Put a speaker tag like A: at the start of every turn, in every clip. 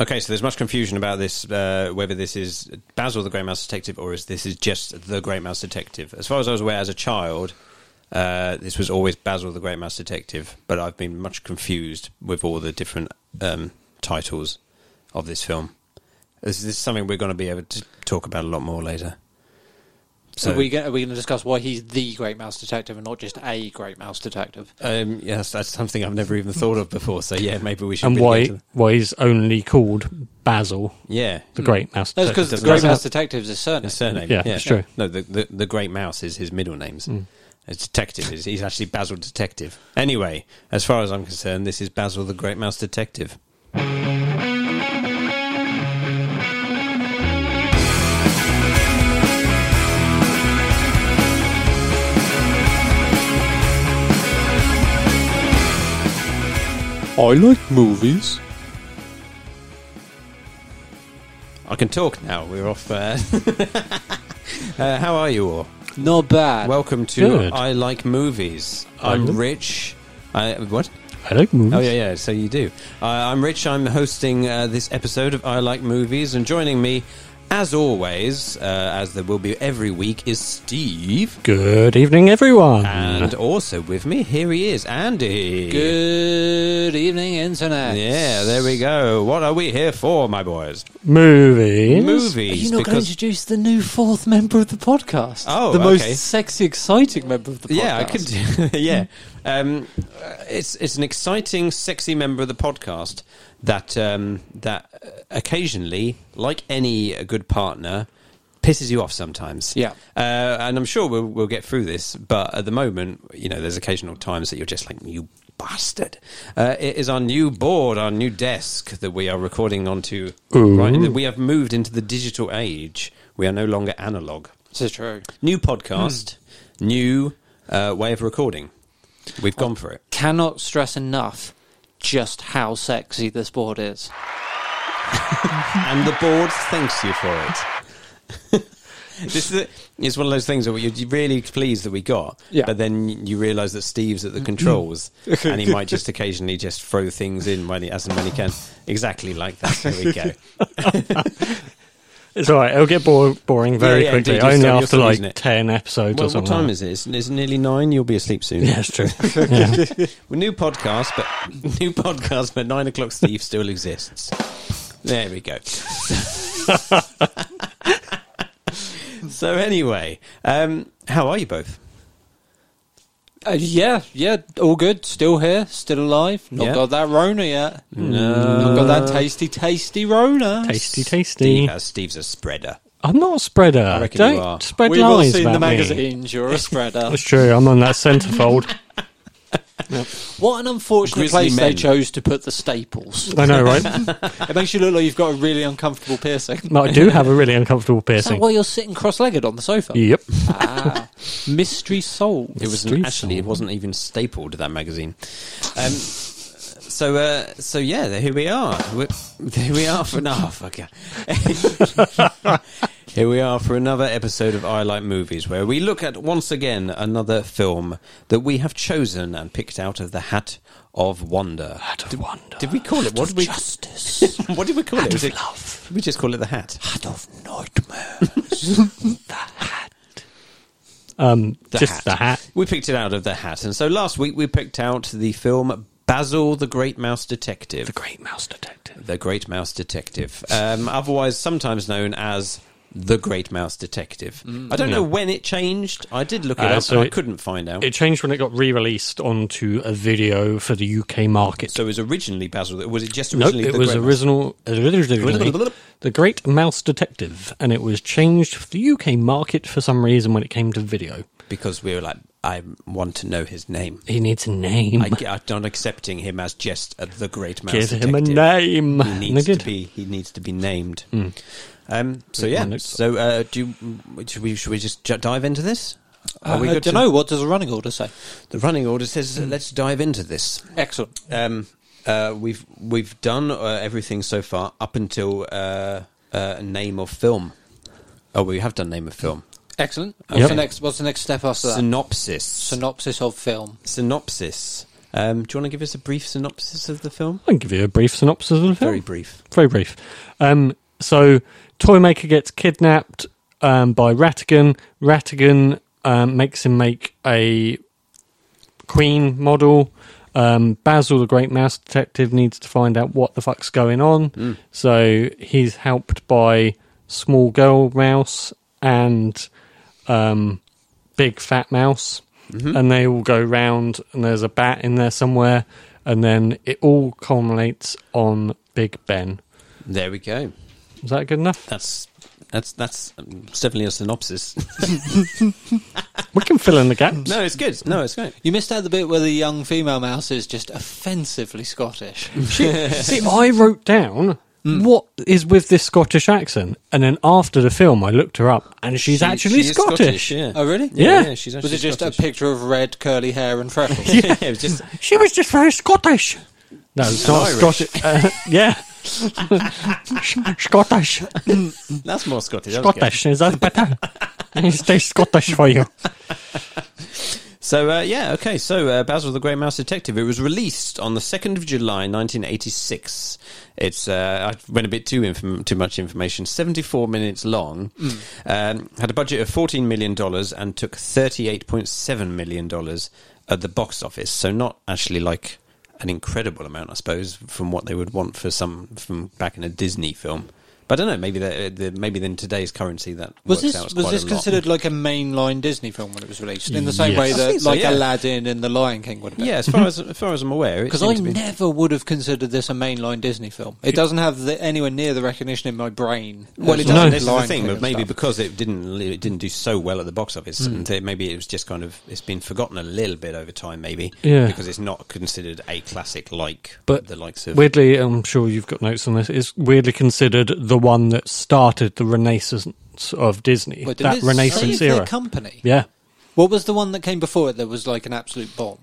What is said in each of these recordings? A: Okay, so there's much confusion about this, uh, whether this is Basil the Grey Mouse Detective or is this is just the Grey Mouse Detective. As far as I was aware, as a child, uh, this was always Basil the Grey Mouse Detective, but I've been much confused with all the different um, titles of this film. This, this is something we're going to be able to talk about a lot more later.
B: So, are we go- are we going to discuss why he's the Great Mouse Detective and not just a Great Mouse Detective?
A: Um, yeah, that's, that's something I've never even thought of before. So yeah, maybe we should.
C: and
A: really
C: why
A: get to-
C: why he's only called Basil
A: Yeah,
C: the Great Mouse.
B: No, it's because
C: Detective.
B: the
A: doesn't-
B: Great Mouse Detective is a surname.
A: his surname.
C: Yeah, that's true. Mm.
A: No, the, the the Great Mouse is his middle name's. As detective is he's actually Basil Detective. Anyway, as far as I'm concerned, this is Basil the Great Mouse Detective.
D: I like movies.
A: I can talk now. We're off. Uh, uh, how are you all?
B: Not bad.
A: Welcome to
C: Uh, Good.
A: I Like Movies. I'm
C: Hello.
A: Rich. I, what?
C: I like movies.
A: Oh yeah, yeah. So you do. Uh, I'm Rich. I'm hosting uh, this episode of I Like Movies, and joining me, as always, uh, as there will be every week, is Steve.
C: Good evening, everyone.
A: And also with me, here he is, Andy.
B: Good evening, Internet.
A: Yeah, there we go. What are we here for, my boys?
C: movies.
B: Are
A: Movies.
B: you not going to
A: because-
B: introduce the new fourth member of the podcast?
A: Oh,
B: the
A: okay.
B: most sexy, exciting member of the podcast. Hmm.
A: yeah, I could. do- yeah, um, uh, it's it's an exciting, sexy member of the podcast that um, that uh, occasionally, like any uh, good partner, pisses you off sometimes.
B: Yeah.
A: uh, and I'm sure we'll we'll get through this, but at the moment, you know, there's occasional times that you're just like you bastard. Uh, it is our new board, our new desk that we are recording onto. Right, we have moved into the digital age. We are no longer analog
B: This is true.
A: new podcast, new uh, way of recording. We've gone for it.
B: Cannot stress enough just how sexy this board is.
A: And the board thanks you for it. this is, it's one of those things where you're really pleased that we got,
B: Yeah.
A: but then you realise that Steve's at the controls and he might just occasionally just throw things in when he, as and when he can. Exactly like that. There we go.
C: It's all right. It'll get bore- boring very
A: yeah,
C: quickly.
A: indeed, you're
C: Only
A: still- you're
C: after
A: still
C: like
A: using it.
C: ten episodes
A: Well,
C: or
A: what
C: something.
A: time is it? It's, it's nearly nine. You'll be asleep soon.
C: Yeah, it's true. Yeah.
A: Well, new podcast, but new podcast, but nine o'clock Steve still exists. There we go. so anyway, um, how are you both?
B: Uh, yeah, yeah, all good. Still here, still alive. Not
A: Yeah.
B: got that Rona yet.
A: No.
B: Not got that tasty, tasty Rona.
C: tasty,
A: Steve
C: tasty.
A: has, Steve's a spreader.
C: I'm not a spreader.
A: I reckon
C: Don't
A: you are.
C: spread
B: We've all
C: lies
B: seen
C: about
B: the
C: me.
B: magazines. You're a spreader.
C: That's true. I'm on that centrefold.
B: what an unfortunate
A: Grizzly
B: place they
A: men.
B: chose to put the staples.
C: I know, right?
B: it makes you look like you've got a really uncomfortable piercing.
C: But I do have a really uncomfortable
B: Is that
C: piercing.
B: why you're sitting cross-legged on the sofa?
C: Yep.
B: Ah, mystery soul.
A: It was
C: Steve
A: actually it
C: Sol.
A: wasn't even stapled to that magazine. Um, so uh, so yeah, here we are. We're, here we are for no, fuck yeah. Here we are for another episode of I Like Movies, where we look at once again another film that we have chosen and picked out of the hat of wonder.
C: Hat of
A: did,
C: wonder.
A: Did we call it? What did we?
B: Justice.
A: What did we call it? Was it-
C: love.
A: we just call it the hat.
C: Hat of nightmares. the hat. Um,
A: The
C: just
A: hat.
C: the hat.
A: We picked it out of the hat, and so last week we picked out the film Basil the Great Mouse Detective.
C: The Great Mouse Detective.
A: The Great Mouse Detective, um, otherwise sometimes known as The Great Mouse Detective. I don't know
C: Yeah.
A: when it changed. I did look it
C: Mm. Uh,
A: up,
C: so
A: and I
C: it-
A: couldn't find out.
C: It changed when it got re-released onto a video for the UK market.
A: so it was originally Basil. Was it just
C: Nope,
A: originally?
C: it
A: the
C: was
A: Great Mouse-
C: original, originally The Great Mouse Detective, and it was changed for the UK market for some reason when it came to video.
A: because we were like, I want to know his name.
C: He needs a name.
A: I, am not accepting him as just uh, the Great Mouse
C: Mm. Give him
A: Detective.
C: a name. Mm.
A: He
C: And they
A: needs to
C: did.
A: be. He needs to be named. Um, so
C: Good
A: yeah.
C: one.
A: So uh, do you, should we? Should we just ju- dive into this?
B: Uh, I
A: good
B: don't
A: to-
B: know. What does the running order say?
A: The running order says,
C: Mm.
A: uh, let's dive into this.
B: Excellent.
A: um, uh, we've we've done uh, everything so far up until uh, uh, name of film. Oh, we have done name of film.
B: Excellent.
C: Yep.
B: What's the next? What's the next step after that?
A: Synopsis.
B: Synopsis of film.
A: synopsis. Um, do you want to give us a brief synopsis of the film?
C: I can give you a brief synopsis of the film.
A: Very brief.
C: Very brief. Um, so, Toymaker gets kidnapped um, by Ratigan. Ratigan um, makes him make a queen model. Um, Basil, the great mouse detective, needs to find out what the fuck's going on.
A: Mm.
C: So he's helped by small girl mouse and um, big fat mouse,
A: Mm-hmm.
C: and they all go round. And there's a bat in there somewhere, and then it all culminates on Big Ben.
A: There we go.
C: Is that good enough?
A: That's that's that's um, it's definitely a synopsis.
C: We can fill in the gaps.
A: no, it's good. No, it's great.
B: You missed out the bit where the young female mouse is just offensively Scottish.
C: See, I wrote down what is with this Scottish accent, and then after the film, I looked her up, and she's
A: She-
C: actually
A: she is
C: Scottish.
A: yeah.
B: oh, really?
A: Yeah,
C: Yeah.
A: yeah, she's actually
B: Was it just
A: Scottish.
B: a picture of red curly hair and freckles?
A: yeah, it was just
C: She was just very Scottish. No, it's not
A: Irish.
C: Scottish. Uh, yeah, Scottish,
A: that's more Scottish. that was good.
C: Scottish. Is that better? It stays Scottish for you.
A: So uh, yeah, okay. So uh, Basil the Grey Mouse Detective. It was released on the second of July, nineteen eighty six. It's uh, I went a bit too inf- too much information. Seventy four minutes long.
B: Hmm.
A: Um, had a budget of fourteen million dollars and took thirty eight point seven million dollars at the box office. So not actually like an incredible amount, I suppose, from what they would want for some from back in a Disney film. But I don't know. Maybe that uh, the, maybe in today's currency that works
B: Was this
A: out as
B: was
A: quite
B: this
A: a lot.
B: considered like a mainline Disney film when it was released? In the same
C: Yes.
B: way
A: I
B: that
A: think so,
B: like
A: yeah.
B: Aladdin and The Lion King would have been.
A: Yeah, as far as as far as I'm aware,
B: Because I never would have considered this a mainline Disney film. It doesn't have the, anywhere near the recognition in my brain.
A: Well, it
B: as
A: doesn't.
C: No.
A: This is the
B: Lion
A: thing,
B: King
A: but
B: and
A: maybe
B: stuff.
A: because it didn't it didn't do so well at the box office,
C: Hmm.
A: and they- maybe it was just kind of it's been forgotten a little bit over time, maybe
C: Yeah.
A: because it's not considered a classic like
C: But
A: the likes of
C: Weirdly, I'm sure you've got notes on this. It's weirdly considered the one that started the renaissance of Disney.
B: Wait, did
C: that
B: it save
C: renaissance
B: their
C: era.
B: company.
C: yeah.
B: What was the one that came before it that was like an absolute bomb?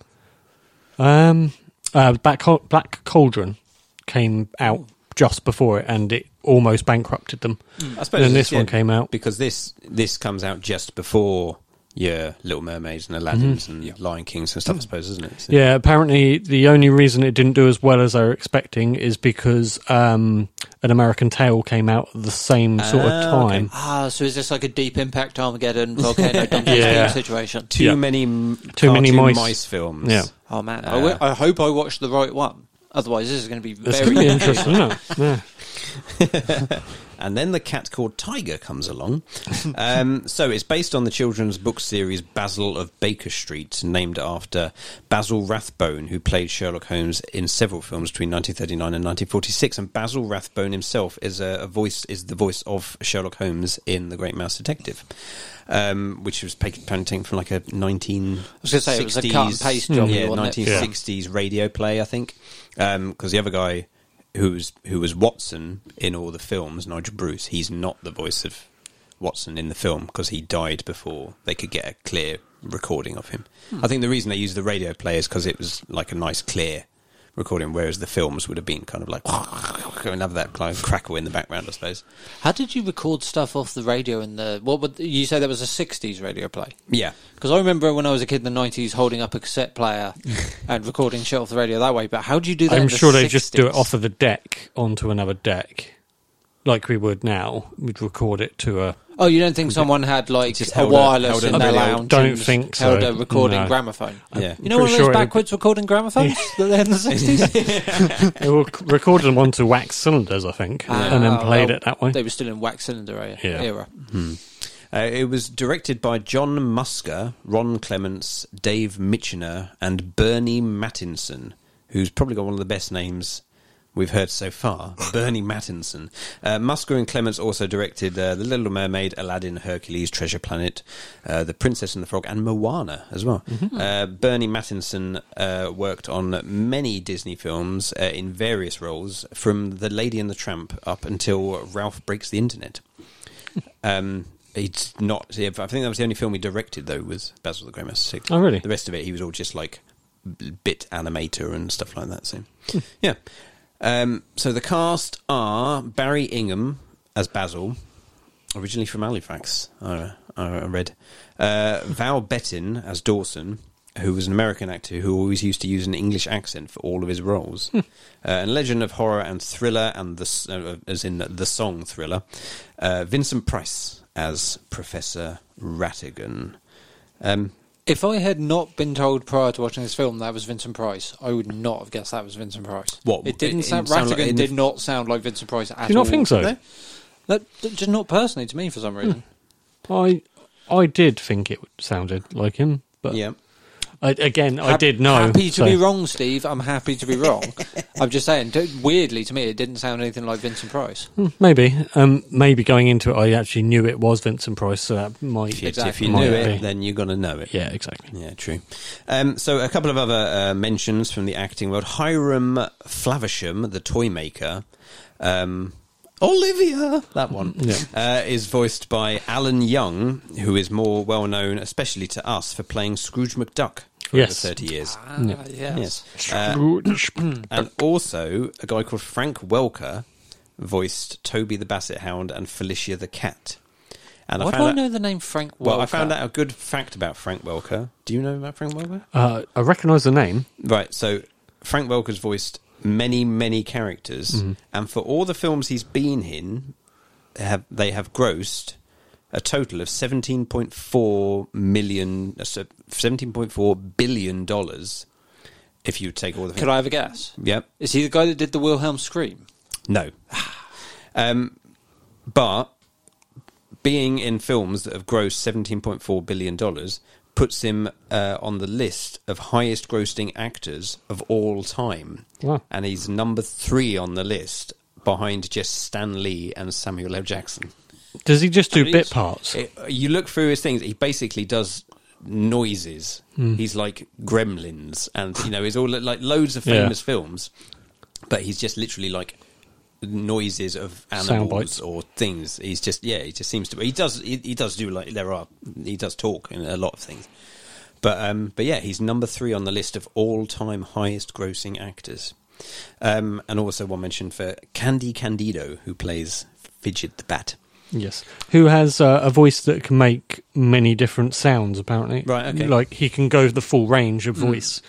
C: Um, uh, Black, Cau- Black Cauldron came out just before it, and it almost bankrupted them.
B: Mm.
A: I suppose
C: And this
A: it's-
C: one came out.
A: because this this comes out just before your Little Mermaids and Aladdin's and Lion Kings and stuff, I suppose, isn't it? So-
C: Hmm. Yeah, apparently the only reason it didn't do as well as they were expecting is because um, an American Tale came out at the same sort of
A: Ah, okay.
C: time.
B: Ah, so is this like a deep impact Armageddon volcano Dungeon
C: Yeah.
B: situation?
A: Too
C: Yeah.
A: many m-
C: Too many
A: cartoon
C: mice.
A: films.
C: Yeah.
B: Oh man, I
A: Uh,
B: wi- I hope I watched the right one. Otherwise, this is going to be
C: It's
B: very
C: going to be interesting, isn't it? Yeah.
A: And then the cat called Tiger comes along. um, so it's based on the children's book series Basil of Baker Street, named after Basil Rathbone, who played Sherlock Holmes in several films between 1939 and 1946. And Basil Rathbone himself is a, a voice is the voice of Sherlock Holmes in The Great Mouse Detective, um, which was pa- painting from like a 19.
B: I was gonna say, it was a cut and paste job,
A: Yeah,
B: wasn't it?
A: 1960s radio play, I think, because the other guy who was who was Watson in all the films, Nigel Bruce, he's not the voice of Watson in the film because he died before they could get a clear recording of him. I think the reason they used the radio play is because it was like a nice clear recording, whereas the films would have been kind of like and have that kind of crackle in the background, I suppose.
B: How did you record stuff off the radio in the? What would you say? That was a '60s radio play.
A: Yeah.
B: Because I remember when I was a kid in the '90s, holding up a cassette player and recording shit off the radio that way. But how do you do that? in
C: I'm
B: the
C: sure they just do it
B: 60s?
C: off of the deck onto another deck, like we would now. We'd record it to a.
B: Oh, you don't think someone had like
A: Just
B: a
A: held a-
B: wireless
A: held a
B: in their
A: video.
B: lounge?
C: Don't
B: and
C: think so.
B: Held a recording
C: No.
B: gramophone.
A: Yeah.
B: You know
C: Pretty
B: one of those
C: sure it-
B: backwards recording gramophones that they had in the sixties?
C: They were recorded them onto wax cylinders, I think,
B: Ah,
C: and then played it that
B: Oh,
C: way.
B: They were still in wax cylinder era.
C: Yeah.
B: era.
A: Uh, it was directed by John Musker, Ron Clements, Dave Michener, and Bernie Mattinson, who's probably got one of the best names we've heard so far. Bernie Mattinson. Uh, Musker and Clements also directed uh, The Little Mermaid, Aladdin, Hercules, Treasure Planet, uh, The Princess and the Frog, and Moana as well. Uh, Bernie Mattinson uh, worked on many Disney films uh, in various roles, from The Lady and the Tramp up until Ralph Breaks the Internet. Um, he's not. I think that was the only film he directed though was Basil the Grey Mouse.
C: Oh, really?
A: The rest of it, he was all just like b- bit animator and stuff like that. So, yeah. Um, so the cast are Barry Ingham as Basil, originally from Halifax. I, I read uh, Val Bettin as Dawson. who was an American actor who always used to use an English accent for all of his roles. uh, and Legend of Horror and Thriller, and the s- uh, as in the song Thriller, uh, Vincent Price as Professor Rattigan. Um,
B: If I had not been told prior to watching this film that was Vincent Price, I would not have guessed that was Vincent Price.
A: What,
B: It didn't
A: it- it
B: sound.
A: sound
B: Rattigan
A: like- it-
B: did not sound like Vincent Price at all.
C: Do you not think so? Hmm.
A: No.
B: That, that- just not personally to me for some reason.
C: I I did think it sounded like him, but
A: yeah.
C: I, again, I
B: Hap-
C: did know.
B: Happy to
C: so-
B: be wrong, Steve. I'm happy to be wrong. I'm just saying. d- Weirdly, to me, it didn't sound anything like Vincent Price.
C: Hmm, Maybe, um, maybe going into it, I actually knew it was Vincent Price, so that might.
A: If you, if
B: Exactly.
A: you knew
C: might
A: it,
C: be.
A: then you're going to know it.
C: yeah, exactly.
A: Yeah, true. Um, so, a couple of other uh, mentions from the acting world. Hiram Flavisham, the toy maker. Um, Olivia, that one, uh, is voiced by Alan Young, who is more well known, especially to us, for playing Scrooge McDuck for
C: Yes.
A: over 30 years.
B: Ah,
C: Hmm.
A: Yes. Uh, and also, a guy called Frank Welker voiced Toby the Basset Hound and Felicia the Cat. And
B: Why do
A: found
B: I
A: out-
B: know the name Frank?
A: Well, I
B: Welker?
A: found out a good fact about Frank Welker. Do you know about Frank Welker?
C: Uh, I recognise the name.
A: Right. So Frank Welker's voiced many, many characters, and for all the films he's been in, have they have grossed a total of seventeen point four million, uh, seventeen point four billion dollars. If you take all the,
B: Could I have a guess?
A: yep,
B: Is he the guy that did the Wilhelm scream?
A: no, um, but being in films that have grossed seventeen point four billion dollars puts him uh, on the list of highest grossing actors of all time,
C: Wow.
A: and he's number three on the list behind just Stan Lee and Samuel L. Jackson.
C: Does he just do
B: Please.
C: bit parts?
A: It, you look through his things; he basically does noises.
C: Hmm.
A: He's like Gremlins, and you know, he's all like loads of
C: Yeah.
A: famous films, but he's just literally like noises of
C: Sound
A: animals
C: bites.
A: or things. He's just yeah, he just seems to. He does he, he does do like there are he does talk in a lot of things. But um, but yeah, he's number three on the list of all time highest grossing actors. Um, and also one mention for Candy Candido, who plays Fidget the Bat.
C: Yes. Who has uh, a voice that can make many different sounds? Apparently,
A: Right, okay. Hmm.
C: Like he can go the full range of voice,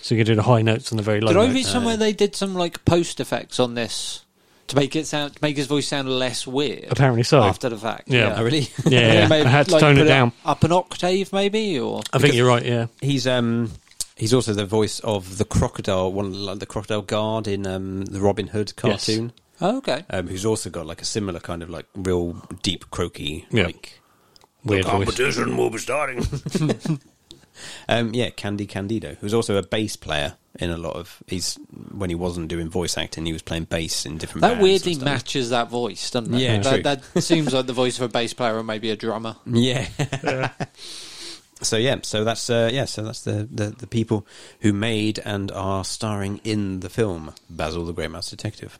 C: so he can do the high notes and the very low.
B: Did I
C: notes.
B: read somewhere they did some like post effects on this to make it sound to make his voice sound less weird?
C: Apparently so.
B: After the fact,
C: Yeah.
A: Oh, really?
B: And they
C: yeah,
B: may
C: I had to
B: like,
C: tone
B: put
C: it down.
B: up an octave, maybe, or
C: I think you're right. Yeah.
A: he's um he's also the voice of the crocodile one like the crocodile guard in um the Robin Hood
C: Yes.
A: cartoon
B: oh, okay.
C: Uh,
A: um who's also got like a similar kind of like real deep croaky
C: Yeah.
A: like
C: Weird voice.
A: competition will be starting um yeah Candy Candido who's also a bass player in a lot of he's when he wasn't doing voice acting he was playing bass in different
B: That
A: bands
B: weirdly
A: and stuff.
B: matches that voice, doesn't it?
A: Yeah, true.
B: that, that seems like the voice of a bass player or maybe a drummer.
A: yeah so yeah so that's uh, yeah so that's the, the the people who made and are starring in the film Basil the Great Mouse Detective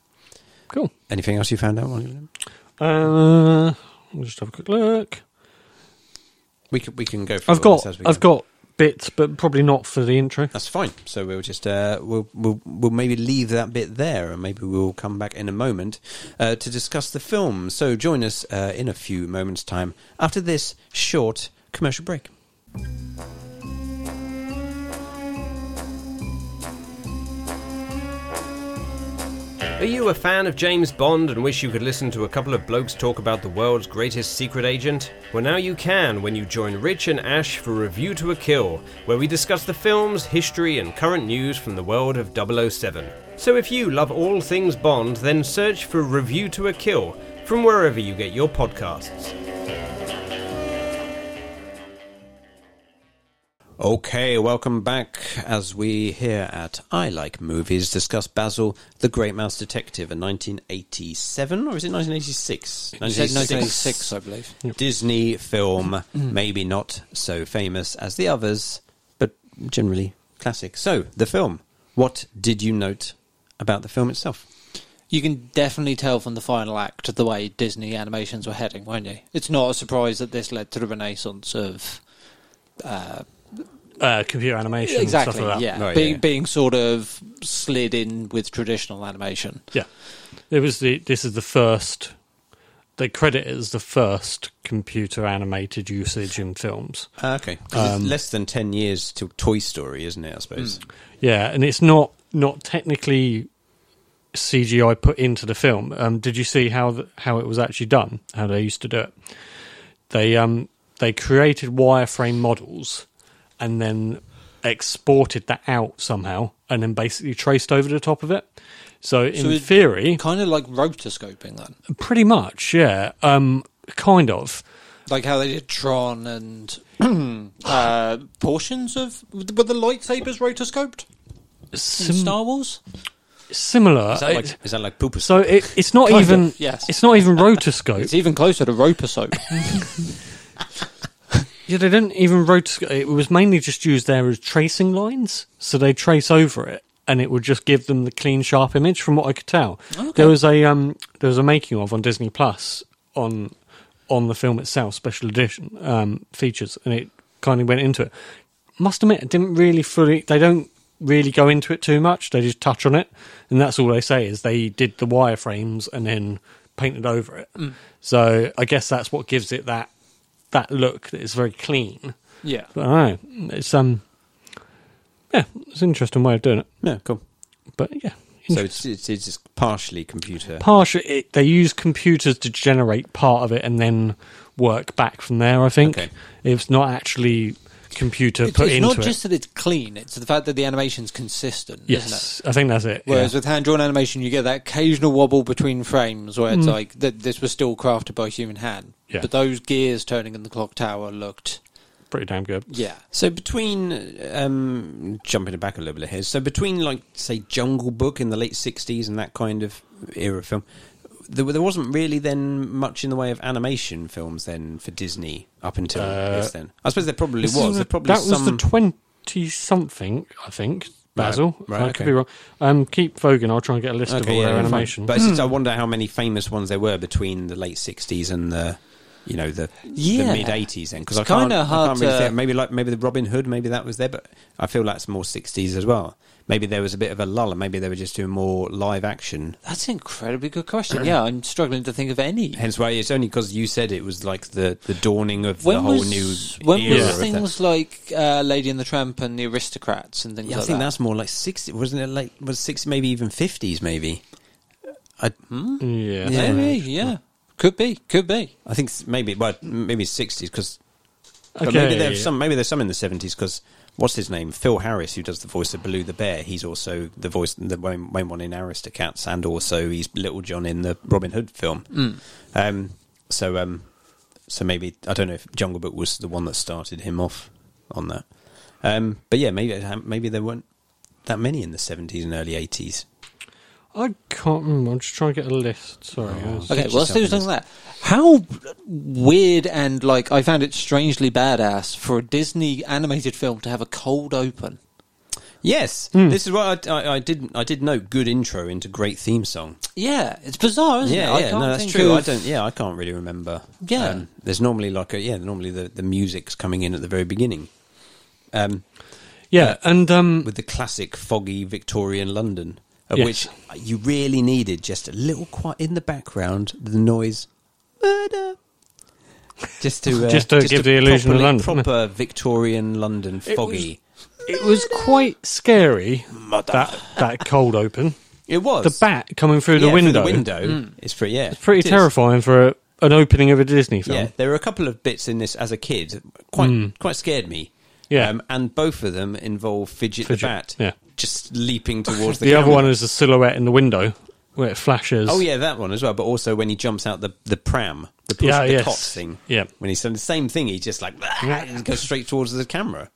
C: Cool.
A: Anything else you found out? Juan?
C: Uh, we'll just have a quick look.
A: We can we can go. Through
C: I've
A: all
C: got,
A: this as we
C: I've
A: go.
C: got bits, but probably not for the intro.
A: That's fine. So we'll just uh, we'll, we'll we'll maybe leave that bit there, and maybe we'll come back in a moment uh, to discuss the film. So join us uh, in a few moments' time after this short commercial break.
E: Are you a fan of James Bond and wish you could listen to a couple of blokes talk about the world's greatest secret agent? Well, now you can when you join Rich and Ash for Review to a Kill, where we discuss the films, history, and current news from the world of 007. So if you love all things Bond, then search for Review to a Kill from wherever you get your podcasts.
A: Okay, welcome back as we here at I Like Movies discuss Basil the Great Mouse Detective in 1987 or is it 1986?
B: You said 1986, I believe.
A: Disney film, maybe not so famous as the others, but generally classic. So, the film. What did you note about the film itself?
B: You can definitely tell from the final act the way Disney animations were heading, won't you? It's not a surprise that this led to the renaissance of uh,
C: Uh, computer animation,
B: exactly,
C: stuff like that.
B: yeah,
A: Right,
B: being
A: yeah.
B: being sort of slid in with traditional animation.
C: yeah. It was the. This is the first they credit it as the first computer animated usage in films.
A: Ah, okay. 'Cause it's less than 10 years till Toy Story, isn't it, I suppose?
C: Yeah, and it's not not technically CGI put into the film. Um, did you see how th- how it was actually done? How they used to do it? They um they created wireframe models and then exported that out somehow, and then basically traced over the top of it. So in
B: So it-
C: theory,
B: Kind of like rotoscoping then,
C: pretty much, yeah, um, kind of.
B: like how they did Tron and uh, portions of were the lightsabers rotoscoped in
C: Sim-
B: Star Wars?
C: similar.
A: Is that like,
C: It-
A: is that like pooper?
C: so it, it's not
B: Kind of,
C: even
B: yes.
C: it's not even
B: It's
C: rotoscope.
B: even closer to roposcope.
C: yeah, they didn't even rotoscope. It was mainly just used there as tracing lines, so they trace over it, and it would just give them the clean, sharp image. From what I could tell, there was a um, there was a making of on Disney Plus on on the film itself, special edition um, features, and it kind of went into it. Must admit, it didn't really fully. They don't really go into it too much. They just touch on it, and that's all they say is they did the wireframes and then painted over it. So I guess that's what gives it that that look that it's very clean.
B: yeah.
C: But I don't know. It's um yeah, it's an interesting way of doing it.
A: Yeah, cool.
C: But yeah.
A: So it's, it's, it's just partially computer.
C: partially it, they use computers to generate part of it and then work back from there, I think.
A: Okay.
C: It's not actually computer
B: It's,
C: put
B: it's
C: into
B: not
C: it.
B: just that it's clean; it's the fact that the animation's consistent, isn't it?
C: yes. I think that's it.
B: Whereas
C: yeah.
B: with hand-drawn animation, you get that occasional wobble between frames, where it's like that this was still crafted by human hand.
C: Mm. Yeah.
B: But those gears turning in the clock tower looked,
C: pretty damn good.
B: yeah,
A: So between um, jumping back a little bit here, so between like say Jungle Book in the late sixties and that kind of era film, there, there wasn't really then much in the way of animation films then for Disney up until
C: Uh,
A: this then. I suppose there probably
C: This
A: was.
C: is
A: There
C: the-
A: probably
C: that was
A: some.
C: the twenty something, I think. Basil,
A: right,
C: I
A: okay.
C: could be wrong. Um, keep voguing. I'll try and get a list of all
A: yeah,
C: their
A: fine.
C: animation.
A: But it's just, I
B: Hmm.
A: wonder how many famous ones there were between the late sixties and the. You know the,
B: Yeah.
A: the mid '80s then, because I
B: It's
A: can't,
B: kinda
A: I
B: hard
A: can't really
B: to-
A: think. Maybe like maybe the Robin Hood, maybe that was there, but I feel that's more '60s as well. Maybe there was a bit of a lull, and maybe they were just doing more live action.
B: that's an incredibly good question. yeah, I'm struggling to think of any.
A: Hence why it's only because you said it was like the, the dawning of
B: When
A: the whole
B: was
A: new
B: when
A: era.
B: was
A: of
B: things
A: that.
B: like uh, Lady and the Tramp and the Aristocrats and things
A: Yeah, I
B: like
A: think
B: that?
A: that's more like sixty, wasn't it? Like was sixty, maybe even fifties, maybe. I
B: Hmm?
C: yeah,
A: Yeah.
B: Maybe, yeah, could be, could be.
A: I think s- maybe, well, maybe sixties because. But
C: Okay.
A: maybe there's some. Maybe there's some in the seventies because what's his name? Phil Harris, who does the voice of Baloo the bear. He's also the voice, the main, main one in Aristocats, and also he's Little John in the Robin Hood film. Um, so, um, so maybe I don't know if Jungle Book was the one that started him off on that. Um, but yeah, maybe maybe there weren't that many in the seventies and early eighties.
C: I can't remember. I'm just trying to get a list. Sorry. I was-
B: Okay,
A: Teach
B: well, let's do
A: yourself
B: something like that. How weird and like I found it strangely badass for a Disney animated film to have a cold open.
A: Yes, this is what I, I, I did. I did note good intro into great theme song.
B: Yeah, it's bizarre, isn't it?
A: yeah,
B: I
A: yeah,
B: can't
A: no, that's
B: think
A: true.
B: Of,
A: I don't. Yeah, I can't really remember. Um,
B: Yeah.
A: there's normally like a yeah, normally the, the music's coming in at the very beginning, um,
C: Yeah, and um,
A: with the classic foggy Victorian London, of
C: Yes.
A: which you really needed just a little quiet in the background, the noise, murder, just to uh,
C: Just to give the illusion of
A: properly-
C: London.
A: proper Victorian London
C: It was-
A: foggy.
C: it was quite scary.
A: Mother.
C: That that cold open,
A: It was
C: the bat coming through the
A: Yeah,
C: window. Mm.
A: Through the window, it's pretty yeah,
C: It's pretty
A: it is.
C: terrifying for a, an opening of a Disney film.
A: Yeah, there were a couple of bits in this as a kid quite quite scared me.
C: Hmm.
A: Um,
C: Yeah.
A: and both of them involve fidget,
C: Fidget,
A: the bat,
C: yeah.
A: just leaping towards the.
C: the other
A: camera.
C: one is the silhouette in the window where it flashes.
A: um, Oh yeah, that one as well. But also when he jumps out the the pram, the push
C: Yeah,
A: the
C: yes.
A: cot thing.
C: Yeah.
A: when he's done the same thing, he just like and goes straight towards the camera.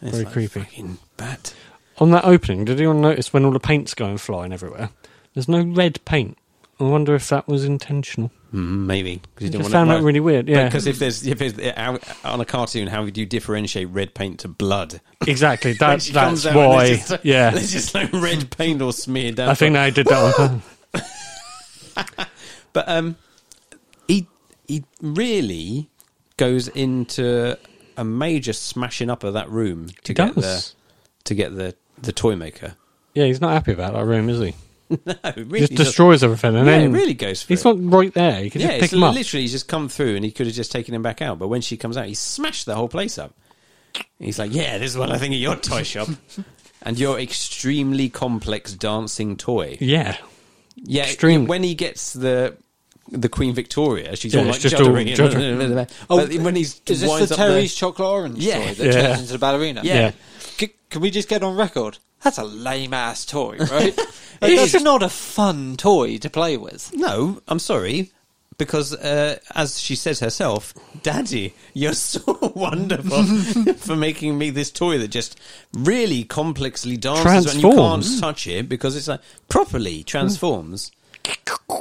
A: And it's
C: Very
A: like,
C: creepy.
A: Fucking bat.
C: On that opening, did anyone notice when all the paint's going flying everywhere? There's no red paint. I wonder if that was intentional.
A: Mm, maybe because you don't
C: I just
A: want
C: found
A: to,
C: that really weird. Yeah,
A: Because if there's if it's how, on a cartoon, how would you differentiate red paint to blood?
C: exactly. That,
A: She comes
C: Uh, that's
A: out and
C: why.
A: there's just-
C: yeah,
A: there's just no red paint or smear down.
C: I think they did that. on-
A: But um, he he really goes into a major smashing up of that room to
C: He
A: get
C: does.
A: the to get the the toy maker.
C: Yeah, he's not happy about that room, is he?
A: no, it really
C: just
A: doesn't.
C: destroys everything, and
A: Yeah, it
C: then
A: really goes for
C: he's
A: it.
C: not right there. You can
A: yeah,
C: just pick
A: it's
C: him up.
A: literally he's just come through and he could have just taken him back out. But when she comes out, he smashed the whole place up. He's like, "Yeah, this is what I think of your toy shop and your extremely complex dancing toy."
C: Yeah,
A: Yeah,
C: Extreme.
A: when he gets the the Queen Victoria, she's
C: Yeah,
A: all
C: it's
A: like
C: just
A: juddering.
C: all juddering.
A: in.
B: Oh,
A: But when he's
B: Is this
A: winds
B: the
A: up there-
B: Terry's chocolate orange
A: Yeah.
B: toy that
C: Yeah.
B: turns into the ballerina?
A: Yeah.
C: Yeah.
B: C- can we just get on record? That's a lame ass toy, right?
A: It
B: It's
A: is.
B: not a fun toy to play with.
A: No, I'm sorry. Because, uh, as she says herself, Daddy, you're so wonderful for making me this toy that just really complexly dances and you
C: Transforms.
A: can't touch it because it's like properly transforms.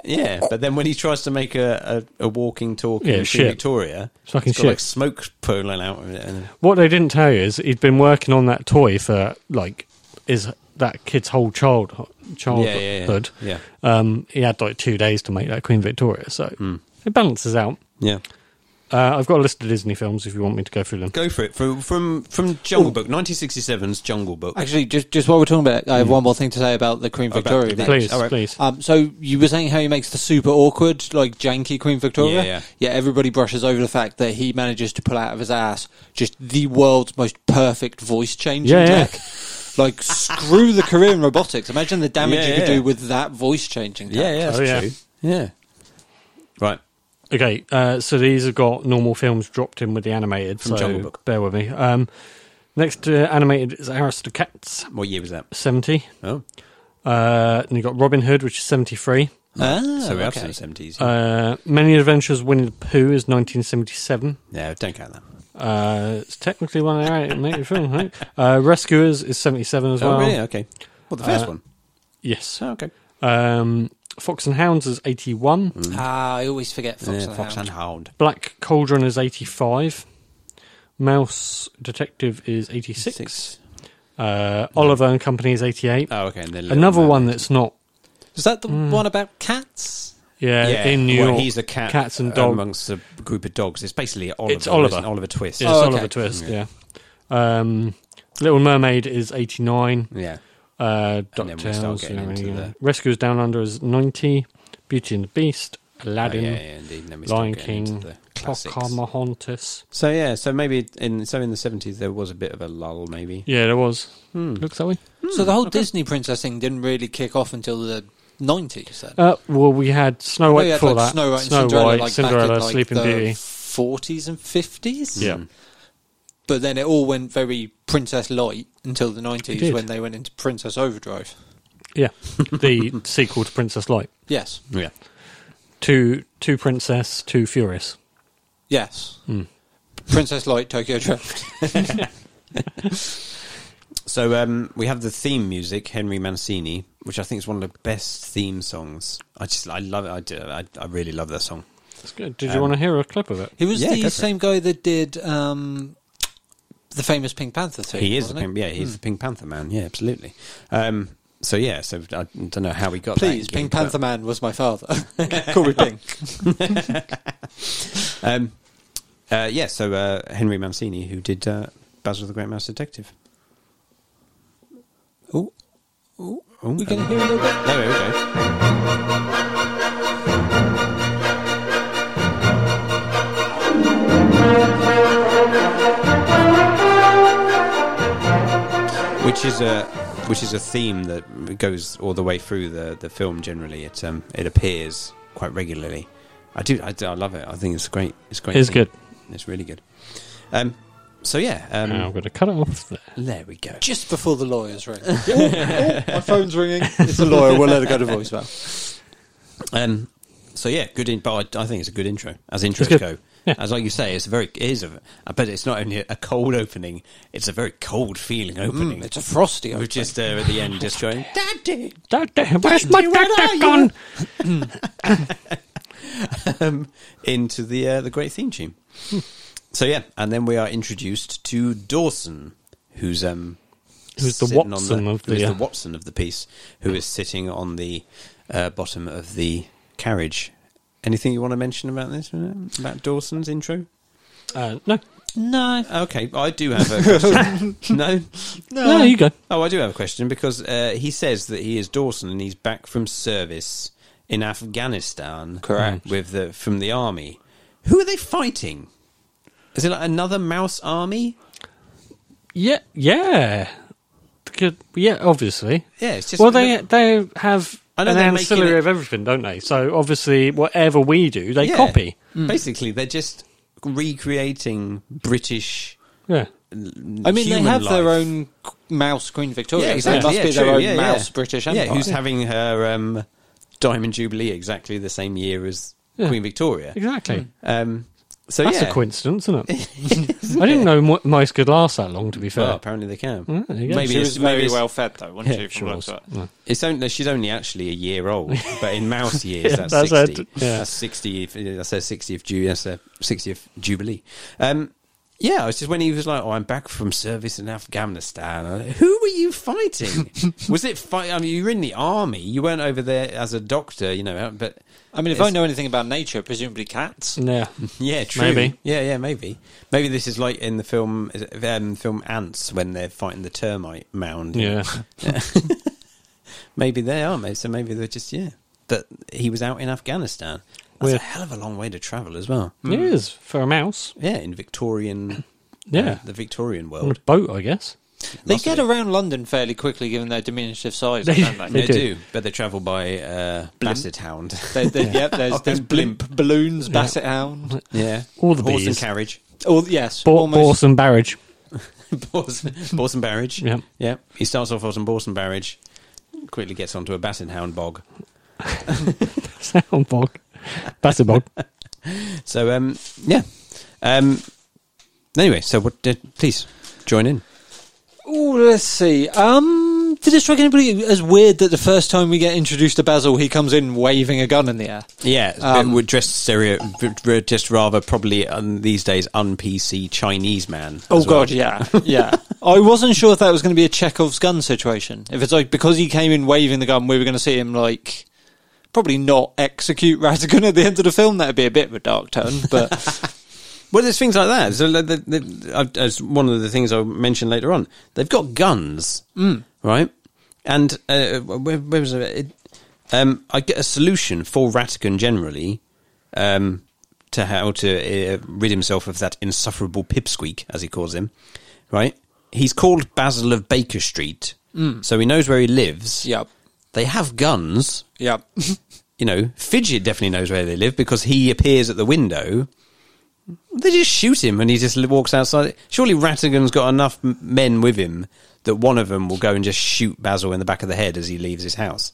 A: Yeah, but then when he tries to make a, a, a walking, talking
C: Yeah,
A: Queen
C: shit.
A: Victoria,
C: Fucking
A: it's got like
C: shit.
A: smoke pulling out of it. And,
C: What they didn't tell you is he'd been working on that toy for like is that kid's whole child childhood.
A: yeah, yeah, yeah. Hmm.
C: Um, he had like two days to make that Queen Victoria, so it balances out.
A: Yeah.
C: Uh, I've got a list of Disney films if you want me to go through them.
A: Go for it. From, from, from Jungle Book, 1967's Jungle Book.
B: Actually, just just while we're talking about it, I have one more thing to say about the Queen
A: Mm. About
B: Victoria.
A: the-
B: bit.
C: Please,
A: All right.
C: please.
B: Um, so you were saying how he makes the super awkward, like janky Queen Victoria.
A: Yeah, yeah.
B: everybody brushes over the fact that he manages to pull out of his ass just the world's most perfect voice changing
C: Yeah, yeah.
B: tech. Like screw the career in robotics. Imagine the damage
A: Yeah,
B: you could
A: yeah.
B: do with that voice changing. Tech.
A: Yeah, yeah, that's
C: Oh, yeah.
A: true. Yeah. Right.
C: Okay, uh, so these have got normal films dropped in with the animated.
A: From
C: so
A: Jungle Book.
C: bear with me. Um, next uh, animated is Aristocats
A: What year was that?
C: seventy,
A: Oh,
C: uh, and you got Robin Hood, which is seventy three.
B: Ah,
A: so we're up to
B: okay.
A: the seventies.
C: Oh, Uh, Many Adventures of Winnie the Pooh is nineteen seventy seven.
A: no, don't count that.
C: Uh, it's technically one of the animated films. Right? Uh, Rescuers is seventy seven as
A: Oh,
C: well.
A: really? Okay. Well, the first
C: Uh,
A: one.
C: Yes.
A: Oh, okay.
C: Um, Fox and Hounds is eighty one.
A: Mm.
B: Ah, I always forget Fox,
A: Yeah,
B: and,
A: Eh, Fox
B: Hound.
A: and Hound.
C: Black Cauldron is eighty five. Mouse Detective is eighty six. Uh, Oliver and Company is 88.
A: Oh, okay. And then Little
C: Another
A: Mermaid.
C: one that's not,
B: Is that the one about cats?
C: yeah,
A: Yeah,
C: Uh, in New
A: well,
C: York.
A: he's a cat.
C: Cats and dogs.
A: amongst a group of dogs. It's basically Oliver.
C: It's Oliver.
A: isn't it? Oliver Twist.
C: It's
B: Oh, okay.
C: Oliver Twist, yeah. Um, Little Mermaid is 89.
A: Yeah.
C: Uh,
A: And then we start
C: DuckTales,
A: getting
C: you know,
A: into
C: yeah.
A: the-
C: Rescuers Down Under is 90. Beauty and the Beast,
A: Oh,
C: Aladdin,
A: yeah, yeah, indeed. And then we start
C: Lion
A: getting into
C: King,
A: the classics.
C: Pocahontas.
A: So yeah, so maybe in so in the seventies there was a bit of a lull, maybe.
C: Yeah, there was.
A: Hmm.
C: Looks that way.
B: so the whole Disney princess thing didn't really kick off until the nineties. Then.
C: Uh, well, we had Snow White
B: Oh, yeah,
C: before
B: like
C: that.
B: Snow White, and
C: Snow
B: Cinderella,
C: White,
B: like
C: Cinderella,
B: back in, like,
C: Sleeping
B: the
C: Beauty.
B: Forties and fifties.
A: Hmm.
C: Yeah.
B: But then it all went very princess light until the
C: It
B: nineties
C: did.
B: when they went into Princess Overdrive.
C: Yeah. the sequel to Princess Light.
B: Yes.
A: Yeah.
C: Two, two Princess, Two Furious.
B: Yes.
A: Hmm.
B: Princess Light, Tokyo Drift.
A: So um, we have the theme music, Henry Mancini, which I think is one of the best theme songs. I just, I love it. I do. I, I really love that song.
C: That's good.
A: Um,
C: Did you want to hear a clip of it?
B: He was
A: Yeah, go for
B: the
A: it.
B: same guy that did um, the famous Pink Panther thing.
A: He is, the
B: wasn't
A: Pink,
B: it?
A: yeah, he's the Pink Panther man. Yeah, absolutely. Um, so yeah, so I don't know how we got.
B: Please,
A: that
B: Pink
A: gig,
B: Panther Man was my father. Call me Pink.
A: but, Um, uh, yeah, so uh, Henry Mancini, who did uh, Basil the Great Mouse Detective.
B: Ooh.
A: Oh,
B: We can hear a little bit.
A: there we go. Which is a which is a theme that goes all the way through the, the film. Generally, it um, it appears quite regularly. I do, I do- I love it. I think it's great. It's great.
C: It's
A: theme.
C: good.
A: It's really good. Um, so yeah, um,
C: Now I'm going to cut it off there.
A: there we go.
B: Just before the lawyers ring. Oh, oh, my phone's ringing. It's a lawyer. We'll let it go to voicemail.
A: Um, so yeah, good. In, but I, I think it's a good intro as intros
C: good.
A: go.
C: Yeah.
A: As like you say, it's a very it is a. But it's not only a cold opening; it's a very cold feeling opening.
B: Mm, it's a frosty
A: We're
B: opening.
A: just there at the end, just going daddy.
C: Dad, where's my
A: where are
C: dad
A: you?
C: gone?
A: um, into the uh, the great theme tune. So yeah, and then we are introduced to Dawson, who's um,
C: Who's the
A: sitting on
C: Watson of the- uh,
A: who's
C: yeah.
A: the Watson of the piece, who is sitting on the uh, bottom of the carriage. Anything you want to mention about this? uh, About Dawson's intro?
C: Uh, no.
B: No.
A: Okay, I do have a question. no,
C: no, you go.
A: Oh, I do have a question because uh, he says that he is Dawson and he's back from service in Afghanistan.
F: Correct.
A: With the from the army. Who are they fighting? Is it like another mouse army?
C: Yeah, yeah, Good- yeah. Obviously,
A: Yeah, it's just
C: well, they they have
A: I know
C: an
A: they're making
C: ancillary
A: it-
C: of everything, don't they? So obviously, whatever we do, they
A: Yeah.
C: copy.
A: Basically, they're just recreating British.
C: Yeah,
B: I mean, they
A: human
B: have their
A: life.
B: own c- mouse Queen Victoria.
A: Yeah,
B: so
A: exactly.
B: It must
A: yeah,
B: be their
A: true,
B: own
A: yeah,
B: mouse
A: yeah.
B: British
A: Yeah,
B: Empire.
A: who's having her um, Diamond Jubilee exactly the same year as
C: Yeah.
A: Queen Victoria?
C: exactly.
A: Um, so
C: That's
A: yeah,
C: a coincidence, isn't it? I didn't know mo- mice could last that long. To be fair,
A: Well, apparently they can.
C: Mm, there you go.
A: Maybe
C: She
A: it's,
F: She's
A: maybe
F: very
A: it's-
F: well fed though, wasn't
C: Yeah,
F: she?
C: she
F: From the looks
C: was.
F: of it?
A: It's only, she's only actually a year old, but in mouse years,
C: Yeah,
A: that's,
C: that's her
A: sixty.
C: t- yeah.
A: That's sixty. If, that's her sixtieth. Ju- that's her sixtieth jubilee. Um, yeah, it's just when he was like, "Oh, I'm back from service in Afghanistan." I- Who were you fighting? was it fight? I mean, you were in the army. You weren't over there as a doctor, you know. out- But
B: I mean, if I know anything about nature, presumably cats.
C: yeah,
A: yeah, true.
C: Maybe.
A: Yeah, yeah, maybe. Maybe this is like in the film, is it, um, film Ants when they're fighting the termite mound.
C: yeah.
A: Maybe they are, mate. So maybe they're just yeah. That he was out in Afghanistan. That's
C: Weird.
A: a hell of a long way to travel as well.
C: It is for a mouse.
A: Yeah, in Victorian. uh,
C: Yeah.
A: the Victorian
C: On a
A: world.
C: boat, I guess.
B: They
A: Must
B: get
A: be.
B: around London fairly quickly, given their diminutive size,
C: They-
B: don't they?
A: They, do. but they travel by uh, Basset Hound.
B: They- they- Yep, there's, there's blimp balloons, basset hound.
A: yeah,
C: All the
A: horse and
C: bees.
A: carriage,
B: Oh yes,
C: Bo-
B: almost.
C: Horse and barrage.
A: horse, horse and barrage.
C: Yeah.
A: yeah. He starts off on horse and barrage, quickly gets onto a Basset Hound bog.
C: Sound bog. That's a bog.
A: So um, yeah. Um, anyway, so what? Did, please join in.
B: Oh, let's see. Um, did it strike anybody as weird that the first time we get introduced to Basil, he comes in waving a gun in the air?
A: Yeah,
B: Um,
A: but we're dressed stereo, we're just rather probably um, these days un PC Chinese man. as
B: Oh
A: well.
B: God, yeah, yeah. I wasn't sure if that was going to be a Chekhov's gun situation. If it's like because he came in waving the gun, we were going to see him like probably not execute Ratigan at the end of the film. That'd be a bit of a dark turn, but
A: Well, there's things like that. So, like, the, the, I- as one of the things I'll mention later on, they've got guns,
B: Mm.
A: right? And uh, where, where was it? it? Um, I get a solution for Ratigan generally um, to how to uh, rid himself of that insufferable pipsqueak, as he calls him, right? He's called Basil of Baker Street,
B: Mm.
A: so he knows where he lives.
B: yep,
A: They have guns.
B: yep.
A: you know, Fidget definitely knows where they live because he appears at the window. They just shoot him and he just walks outside. Surely Ratigan's got enough m- men with him that one of them will go and just shoot Basil in the back of the head as he leaves his house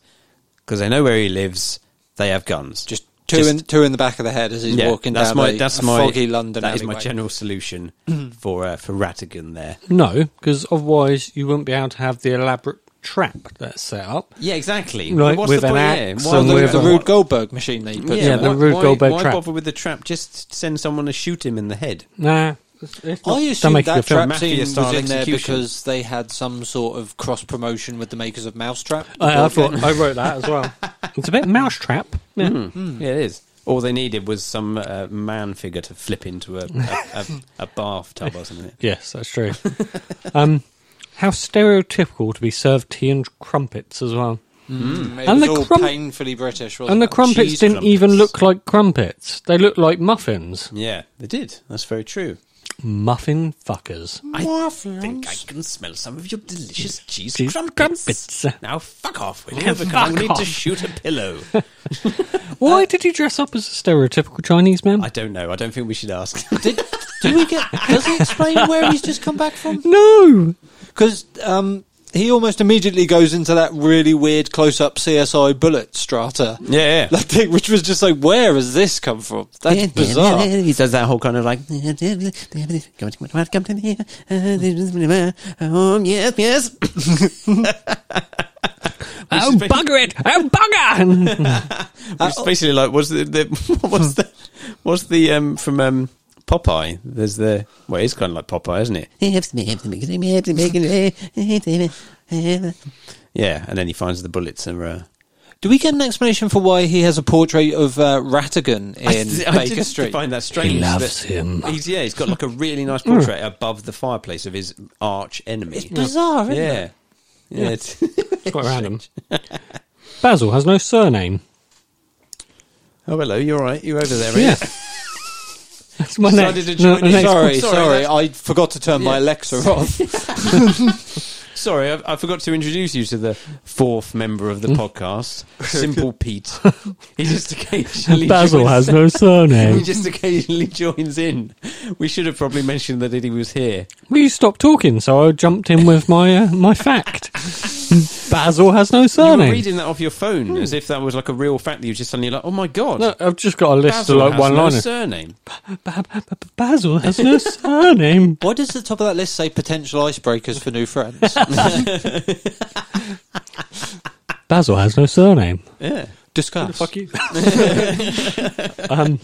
A: because they know where he lives. They have guns.
B: Just two in two in the back of the head as he's
A: yeah,
B: walking
A: that's
B: down
A: my
B: a,
A: that's
B: a
A: my
B: foggy London.
A: That is my
B: alleyway.
A: general solution for uh, for Ratigan there.
C: No, because otherwise you wouldn't be able to have the elaborate trap that's set up.
A: Yeah, exactly.
C: Like,
A: What's
C: with
A: the
C: an
A: point?
C: axe
A: yeah, why
C: and
A: the-
C: with
B: Oh, the
C: a-
B: Rude Goldberg machine that he puts
A: yeah,
B: in.
C: the
A: why-
C: Rube
A: why-
C: Goldberg
A: why
C: trap.
A: bother with the trap? Just send someone to shoot him in the head.
C: Nah. it's- it's not
B: I
C: done
B: assume
C: making a
B: that
C: film.
B: trap
A: Mafia
B: scene was in
A: style
B: there
A: execution.
B: because they had some sort of cross promotion with the makers of Mousetrap.
A: Uh,
C: I, I thought I wrote that as well. It's a bit mousetrap. Hmm. Yeah.
A: Yeah, it is. All they needed was some uh, man figure to flip into a a, a, a bathtub or something.
C: Yes, that's true. um, how stereotypical to be served tea and crumpets as well.
B: Mm, it
C: And
B: was
C: the
B: all
C: crump-
B: painfully British, wasn't
C: And the
B: it?
C: crumpets
A: cheese
C: didn't even
A: crumpets.
C: look like crumpets. They looked like muffins.
A: Yeah, they did. That's very true.
C: Muffin fuckers.
A: I think I can smell some of your delicious cheese,
C: Cheese
A: crumpets.
C: crumpets.
A: Now fuck off with you because
C: Fuck
A: I'm going to
C: off.
A: shoot a pillow.
C: Why did he dress up as a stereotypical Chinese man?
A: I don't know. I don't think we should ask.
B: Did, do we get? Does he explain where he's just come back from?
C: no!
B: Because um, he almost immediately goes into that really weird close-up CSI bullet strata,
A: Yeah,
B: Like, which was just like, where has this come from? That's bizarre.
A: He does that whole kind of like, come to me, uh, oh, yes, yes.
C: Oh, bugger it! Oh, bugger!
A: It's basically like what's the, the what's the what's the um from um Popeye? There's the well, it's kind of like Popeye, isn't it? Yeah, and then he finds the bullets and uh,
B: Do we get an explanation for why he has a portrait of uh, Rattigan in
A: I th- I
B: Baker
A: did
B: Street?
A: find that strange.
C: He
A: that
C: loves him.
A: He's, yeah, he's got like a really nice
B: Mm.
A: portrait above the fireplace of his arch enemy.
B: Bizarre, isn't it?
A: yeah. Yeah, it's-
C: It's quite random. Basil has no surname.
A: oh hello, you're right. You're over there.
C: Yeah.
A: aren't you?
C: That's my
A: Decided
C: next-
A: to
C: no,
A: join in.
C: next-
B: Sorry,
A: Sorry,
B: sorry,
A: that's-
B: I forgot to turn my
A: Yeah.
B: Alexa off.
A: Sorry, I, I forgot to introduce you to the fourth member
C: Mm.
A: of the podcast, Simple Pete. He just occasionally
C: Basil
A: joins-
C: has no
A: He
C: surname.
A: just occasionally joins in. We should have probably mentioned that he was here.
C: Well, you stopped talking, so I jumped in with my uh, my fact. Basil has no
A: You were
C: surname.
A: reading that off your phone as if that was like a real fact that you just suddenly like, oh my god.
C: No, I've just got a list
A: Basil
C: of like
A: has
C: one
A: no
C: liners.
A: surname.
C: Basil has no surname.
B: Why does the top of that list say potential icebreakers for new friends?
C: Basil has no surname.
A: Yeah.
B: Discuss.
C: you. um,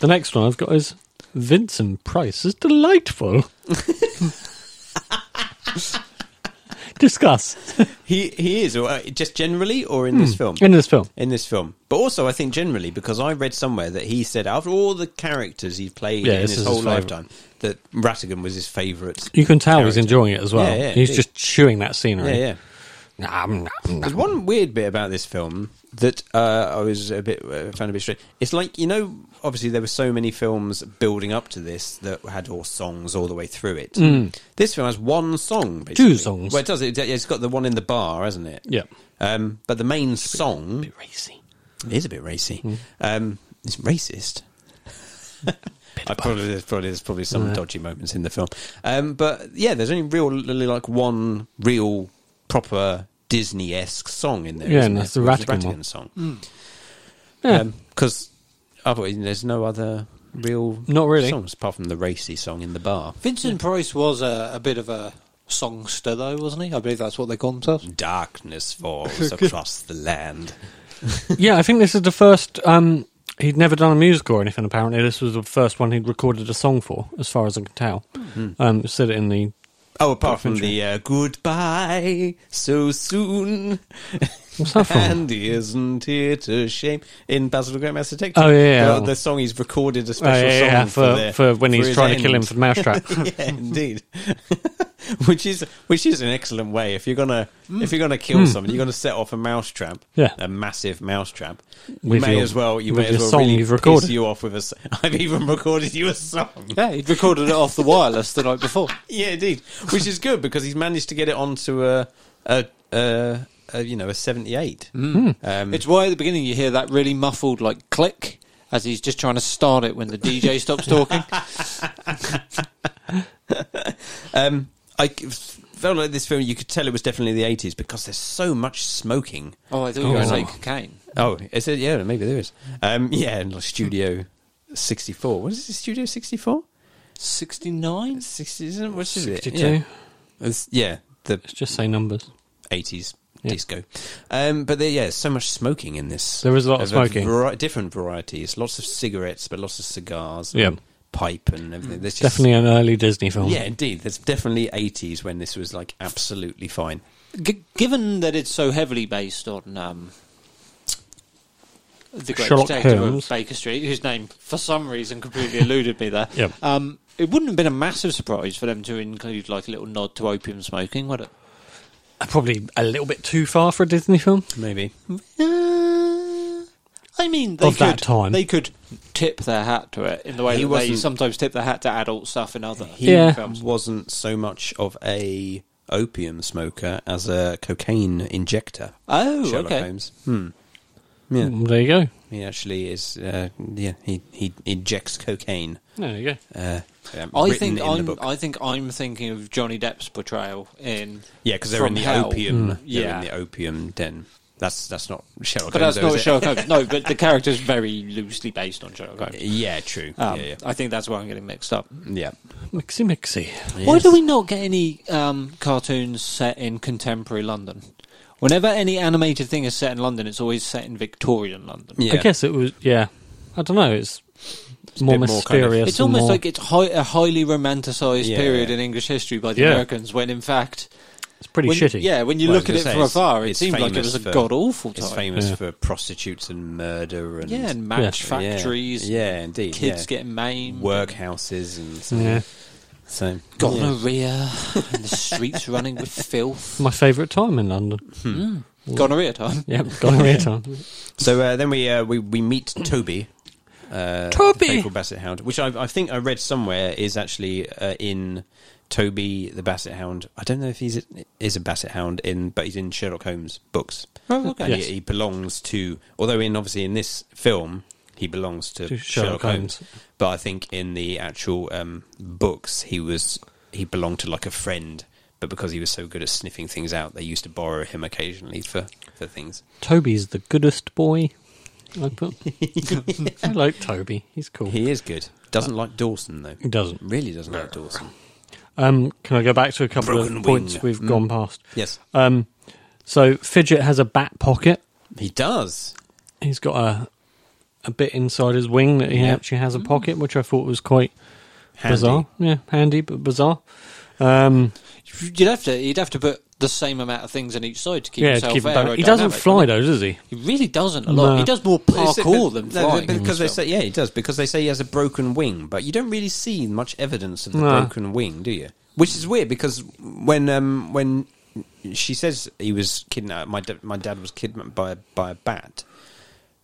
C: the next one I've got is Vincent Price is delightful. Discuss
A: He he is or, uh, just generally or in this film.
C: Hmm. in this film.
A: In this film, but also I think generally because I read somewhere that he said after all the characters he's played
C: Yeah,
A: in
C: this
A: his
C: is
A: whole
C: his favourite.
A: lifetime, that Rattigan was his favourite.
C: You can tell he's
A: Character.
C: enjoying it as well.
A: Yeah, yeah,
C: he's
A: indeed.
C: just chewing that scenery.
A: Yeah, yeah.
C: Nom, nom, nom.
A: There's one weird bit about this film that uh, I was a bit uh, found a bit strange. It's like you know, obviously there were so many films building up to this that had all songs all the way through it. This film has one song, basically.
C: Hmm. songs.
A: Well, it does. It, it's got the one in the bar, hasn't it?
C: Yeah.
A: Um, but the main song
C: Bit racy.
A: It is a bit racy.
C: Hmm.
A: Um, it's racist. I probably there's probably there's probably some dodgy moments in the film, um, but yeah, there's only real really like one real proper Disney esque song in there.
C: Yeah,
A: isn't
C: and
A: there?
C: that's the
A: Which is
C: Ratigan one.
A: song.
C: Yeah.
A: Because otherwise, there's no other real
C: Not really.
A: songs apart from the racy song in the bar.
B: Vincent Price was a, a bit of a songster, though, wasn't he? I believe that's what they call themselves.
A: Darkness falls across the land.
C: yeah, I think this is the first. Um, he'd never done a musical or anything. Apparently, this was the first one he'd recorded a song for, as far as I can tell.
A: Hmm.
C: Um, said it in the
A: Oh, apart from the uh, goodbye so soon.
C: what's that from?
A: And he isn't here to shame in Basil the Great Master Detective.
C: Oh, yeah, yeah,
A: The-
C: that
A: the,
C: one.
A: song he's recorded a
C: Oh, yeah,
A: special
C: yeah,
A: song
C: yeah,
A: for,
C: for,
A: the-
C: for when
A: for
C: he's
A: his
C: trying
A: end.
C: to kill him for the mousetrap.
A: yeah, indeed. which is which is an excellent way if you're gonna if you're gonna kill someone, you're gonna set off a mousetrap,
C: Mm. Yeah.
A: a massive mousetrap. you
C: With
A: may
C: your-
A: as well you
C: with
A: may as
C: your
A: well
C: song
A: really
C: you've
A: piss
C: recorded.
A: you off with a. s- I've even recorded you a song.
B: Yeah, he'd recorded it off the wireless the night before.
A: Yeah, indeed. Which is good because he's managed to get it onto a a, a, a you know a seventy eight. Um,
B: It's why at the beginning you hear that really muffled, like, click as he's just trying to start it when the DJ stops talking.
A: Um, I c- felt like this film, you could tell it was definitely the 80s because there's so much smoking.
B: Oh, I thought you were going to
A: Oh.
B: say cocaine.
A: Oh, is it? Yeah, maybe there is. Um, yeah, and like Studio 64. What is it, Studio 64?
B: 69?
A: 60, isn't it? What is it?
C: 62.
A: Yeah. It's- yeah, the
C: Let's just say numbers.
A: 80s
C: Yeah.
A: disco. Um, but there, yeah, there's so much smoking in this.
C: There is a lot of smoking.
A: vari- different varieties. Lots of cigarettes, but lots of cigars.
C: Yeah.
A: and Pipe and everything. There's just-
C: Definitely an early Disney film.
A: Yeah, indeed. There's definitely 80s when this was like absolutely fine.
B: G- given that it's so heavily based on um, the great
C: Sherlock
B: detective
C: Holmes.
B: of Baker Street, whose name for some reason completely eluded me there,
C: Yep.
B: um, it wouldn't have been a massive surprise for them to include like a little nod to opium smoking, would it?
C: Probably a little bit too far for a Disney film.
A: Maybe.
B: Uh, I mean, they
C: Of
B: could,
C: that time.
B: they could tip their hat to it in the way
A: He
B: that they
A: wasn't-
B: sometimes tip their hat to adult stuff in other
A: he
C: Yeah.
B: films.
A: wasn't so much of a opium smoker as a cocaine injector.
B: Oh,
A: Sherlock
B: okay.
A: Holmes. Hmm. Yeah,
C: Mm, There you go.
A: he actually is. Uh, yeah, he he injects cocaine.
C: There you go.
A: Uh, um,
B: I
A: written
B: think
A: in the
B: I'm.
A: book.
B: I think I'm thinking of Johnny Depp's portrayal in.
A: yeah, because they're in
B: From
A: the
B: Hell.
C: Hmm.
A: opium. They're
B: Yeah.
A: in the opium den. That's that's not Sherlock.
B: But
A: Holmes,
B: that's
A: though,
B: not
A: is it?
B: Sherlock Holmes. No, but the character's very loosely based on Sherlock Holmes.
A: Yeah, true.
B: Um,
A: yeah,
B: I think that's why I'm getting mixed up.
A: yeah.
C: Mixy mixy.
A: yeah.
B: Why do
A: Yes.
B: we not get any um, cartoons set in contemporary London? Whenever any animated thing is set in London, it's always set in Victorian London.
A: Yeah.
C: I guess it was. Yeah, I don't know. It's,
A: a
C: more
A: bit more kind of-
C: mysterious.
B: It's almost
C: more,
B: like it's high, a highly romanticised
A: Yeah.
B: period in English history by the
C: Yeah.
B: Americans, when in fact
C: It's pretty
B: when,
C: shitty.
B: Yeah, when you
A: Well, I
B: look at
A: was
B: it
A: gonna
B: from
A: say, it's-
B: afar, it
A: it's
B: seemed like it
A: famous
B: was a
A: for-
B: god awful
A: It's
B: time.
A: famous
C: Yeah.
A: for prostitutes and murder and
B: Yeah, and match factories,
A: Yeah, yeah indeed.
B: kids
A: yeah.
B: getting maimed,
A: workhouses and so,
C: Yeah.
A: so
B: gonorrhea, and the streets running with filth.
C: My favourite time in London.
B: Gonorrhea time.
C: Yep, gonorrhea time.
A: So uh, then we, uh, we we meet Toby. Uh,
C: Toby!
A: the faithful Basset Hound, which I, I think I read somewhere is actually uh, in Toby the Basset Hound. I don't know if he's is a Basset Hound in, but he's in Sherlock Holmes books.
B: Oh, okay.
A: And
C: Yes.
A: he, he belongs to, although in obviously in this film he belongs to,
C: To
A: Sherlock,
C: Sherlock
A: Holmes.
C: Holmes.
A: but I think in the actual um, books he was he belonged to like a friend, but because he was so good at sniffing things out, they used to borrow him occasionally for for things.
C: Toby's the goodest boy. I put. I like Toby. He's cool.
A: He is good. Doesn't like Dawson though.
C: He doesn't.
A: Really doesn't like Dawson.
C: Um, can I go back to a couple
A: Broken wing.
C: of points we've gone past?
A: Yes,
C: Um, so Fidget has a bat pocket.
A: he does.
C: He's got a a bit inside his wing that he
A: Yeah.
C: actually has a pocket, which I thought was quite
A: Handy.
C: bizarre. Yeah, handy but bizarre. Um,
B: You'd have to. You'd have to put the same amount of things on each side to keep
C: yeah, to
B: yourself
C: keep it
B: aerodynamic.
C: balanced. He doesn't fly though, does he?
B: He really doesn't a lot.
C: No.
B: He does more parkour than
A: No,
B: flying.
A: because they say yeah, he does because they say he has a broken wing, but you don't really see much evidence of the
C: No.
A: broken wing, do you? Which is weird because when um, when she says he was kidnapped, my da- my dad was kidnapped by by a bat.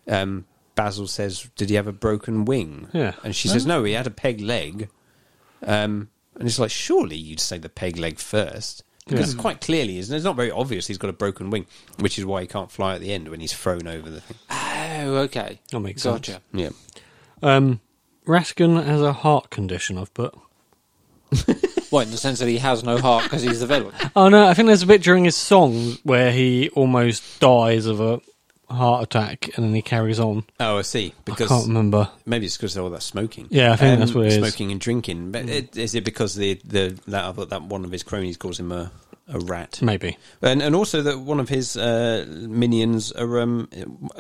A: Um, Basil says, "Did he have a broken wing?"
C: Yeah.
A: and she says, "No, he had a peg leg." Um, and it's like, surely you'd say the peg leg first. Because it's quite clearly, isn't it? It's not very obvious he's got a broken wing, which is why he can't fly at the end when he's thrown over the thing.
B: Oh, okay.
C: That makes
B: gotcha.
C: sense.
A: Yeah.
C: Um, Raskin has a heart condition. I've put.
B: Well, in the sense that he has no heart because he's the villain.
C: Oh no, I think there's a bit during his song where he almost dies of a heart attack, and then he carries on.
A: Oh, I see.
C: I can't
A: Because
C: remember.
A: maybe it's because of all that smoking. Um,
C: Yeah, I think that's what it is. Mm.
A: Smoking and drinking. But it, is it because the the that other, that one of his cronies calls him a a rat?
C: Maybe.
A: And and also that one of his uh, minions are um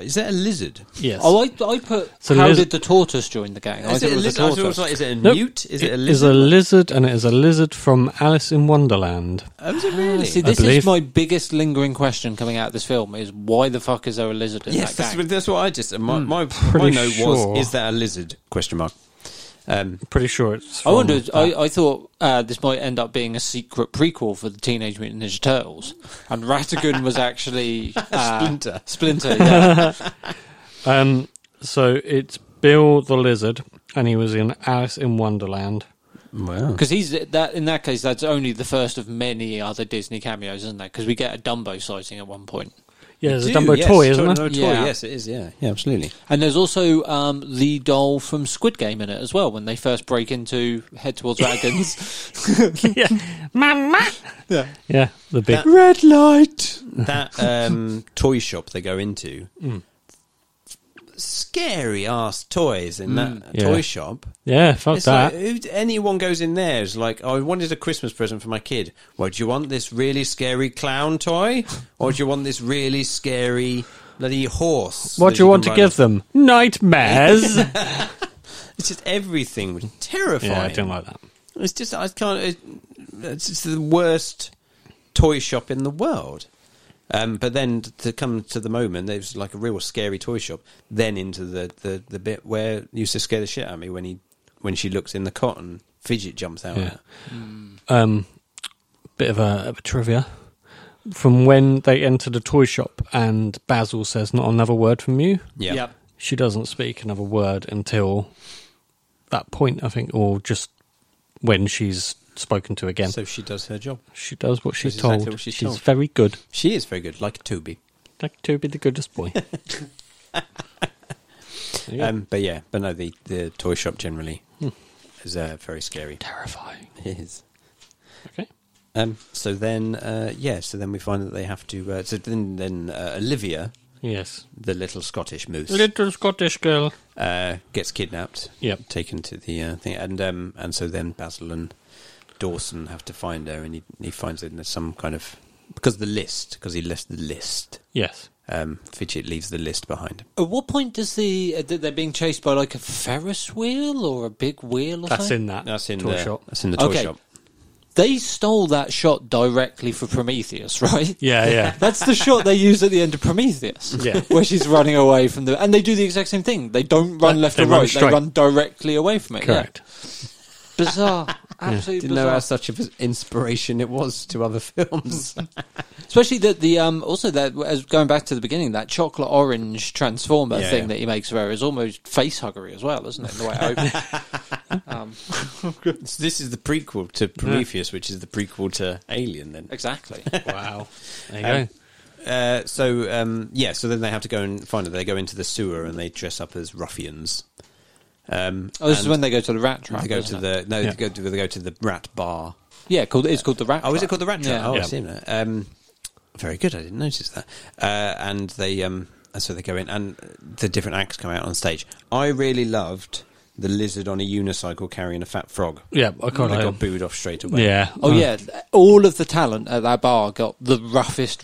A: is that a lizard?
C: Yes.
B: Oh, I, I put.
C: So
B: how
C: there's-
B: did the tortoise join the gang? I
A: Is
B: thought
A: it a
B: it was
A: lizard?
B: the
A: I thought it was
B: tortoise.
A: like, is it a
C: Nope.
A: newt? Is it a
C: It is a
A: lizard?
C: lizard, and it is a lizard from Alice in Wonderland.
A: Oh, is it really?
B: See, this is
C: believe-
B: my biggest lingering question coming out of this film: is why the fuck is there a lizard in
A: yes,
B: that
A: that's,
B: gang?
A: what- that's what I just my my, my
C: Mm. pretty
A: note
C: sure.
A: was is that a lizard? Question mark. Um,
C: Pretty sure it's.
B: I
C: From
B: wondered.
C: that.
B: I, I thought uh, this might end up being a secret prequel for the Teenage Mutant Ninja Turtles, and Ratagun was actually uh,
A: Splinter.
B: Splinter, yeah.
C: Um, so it's Bill the lizard, and he was in Alice in Wonderland.
A: wow.
B: because he's that. In that case, that's only the first of many other Disney cameos, isn't it? Because we get a Dumbo sighting at one point.
C: Yeah, there's a
A: Do,
C: Dumbo
A: yes,
C: toy, isn't
A: Dumbo
C: there?
A: toy,
B: Yeah.
A: Yes, it is. Yeah, yeah, absolutely.
B: And there's also um, the doll from Squid Game in it as well when they first break into Head Towards Dragons.
C: yeah, Mama.
B: Yeah.
C: Yeah, the big.
A: That-
D: Red light.
A: that um, toy shop they go into,
C: Mm.
A: scary ass toys in that
C: Mm, Yeah.
A: toy shop.
C: yeah, fuck
A: It's
C: that.
A: like who, anyone goes in there is like, oh, I wanted a Christmas present for my kid. Well, do you want this really scary clown toy, or do you want this really scary bloody horse?
C: what
A: that
C: do you want
A: can
C: to
A: ride
C: give them? Nightmares. yeah,
A: on? It's just everything was terrifying.
C: I don't like that.
A: It's just I can't. It, it's just the worst toy shop in the world. Um, but then to come to the moment, there's like a real scary toy shop. Then into the, the, the bit where he used to scare the shit out of me when he when she looks in the cotton, fidget jumps out.
C: Yeah. Um, bit of a, of a trivia. From when they enter the toy shop and Basil says, Not another word from you,
A: Yeah,
C: she doesn't speak another word until that point, I think, or just when she's spoken to again.
A: So she does her job.
C: she does what she's
A: That's
C: told.
A: exactly what she's
C: she's
A: told.
C: very good.
A: She is very good, like a Toby.
C: Like to be the goodest boy. Yeah. Hmm.
A: Um, but yeah, but no, the, the toy shop generally is uh, very scary.
C: Terrifying.
A: It is.
C: Okay.
A: Um, so then, uh, yeah, so then we find that they have to. Uh, so then, then uh, Olivia,
C: Yes.
A: the little Scottish moose
C: Little Scottish girl.
A: uh, gets kidnapped.
C: Yep.
A: taken to the uh, thing, and um, and so then Basil and Dawson have to find her, and he he finds it in some kind of because the list because he left the list.
C: Yes.
A: Um, Fidget leaves the list behind.
B: At what point does the uh, that they're being chased by like a Ferris wheel or a big wheel? Or
C: That's
B: something?
C: in that.
A: That's in
C: toy
A: the
C: shop.
A: that's in the toy
B: Okay.
A: shop.
B: They stole that shot directly for Prometheus, right?
C: Yeah, yeah.
B: That's the shot they use at the end of Prometheus,
C: Yeah.
B: where she's running away from the. And they do the exact same thing. They don't run
C: They-
B: left
C: they
B: or
C: run
B: right.
C: straight.
B: They run directly away from it. yeah.
C: Correct.
B: Bizarre. Absolutely
F: Didn't know how
B: bizarre.
F: such an inspiration it was to other films.
B: Especially that the um also that as going back to the beginning that chocolate orange transformer
A: Yeah,
B: thing
A: yeah.
B: that he makes of her is almost face huggery as well, isn't it? The way it opens. Um,
A: So this is the prequel to Prometheus, which is the prequel to Alien. Then,
B: exactly.
C: wow. There you
A: Um,
C: go.
A: uh, so um, yeah, so then they have to go and find her. They go into the sewer and they dress up as ruffians. Um,
B: Oh, this is
A: and
B: when they go to the rat trap.
A: they go
B: isn't
A: to the
B: it?
A: no,
C: Yeah.
A: they, go to, they go to the rat bar.
B: yeah, called it's called the rat.
A: Oh, is
B: trap.
A: it called the rat trap?
B: Yeah.
A: Oh,
C: Yeah.
A: I've seen that. Um, very good. I didn't notice that. Uh, and they, um, and so they go in, and the different acts come out on stage. I really loved the lizard on a unicycle carrying a fat frog.
C: Yeah, I
A: They
C: can't.
A: got booed off straight away.
C: yeah. Mm.
B: Oh yeah, all of the talent at that bar got the roughest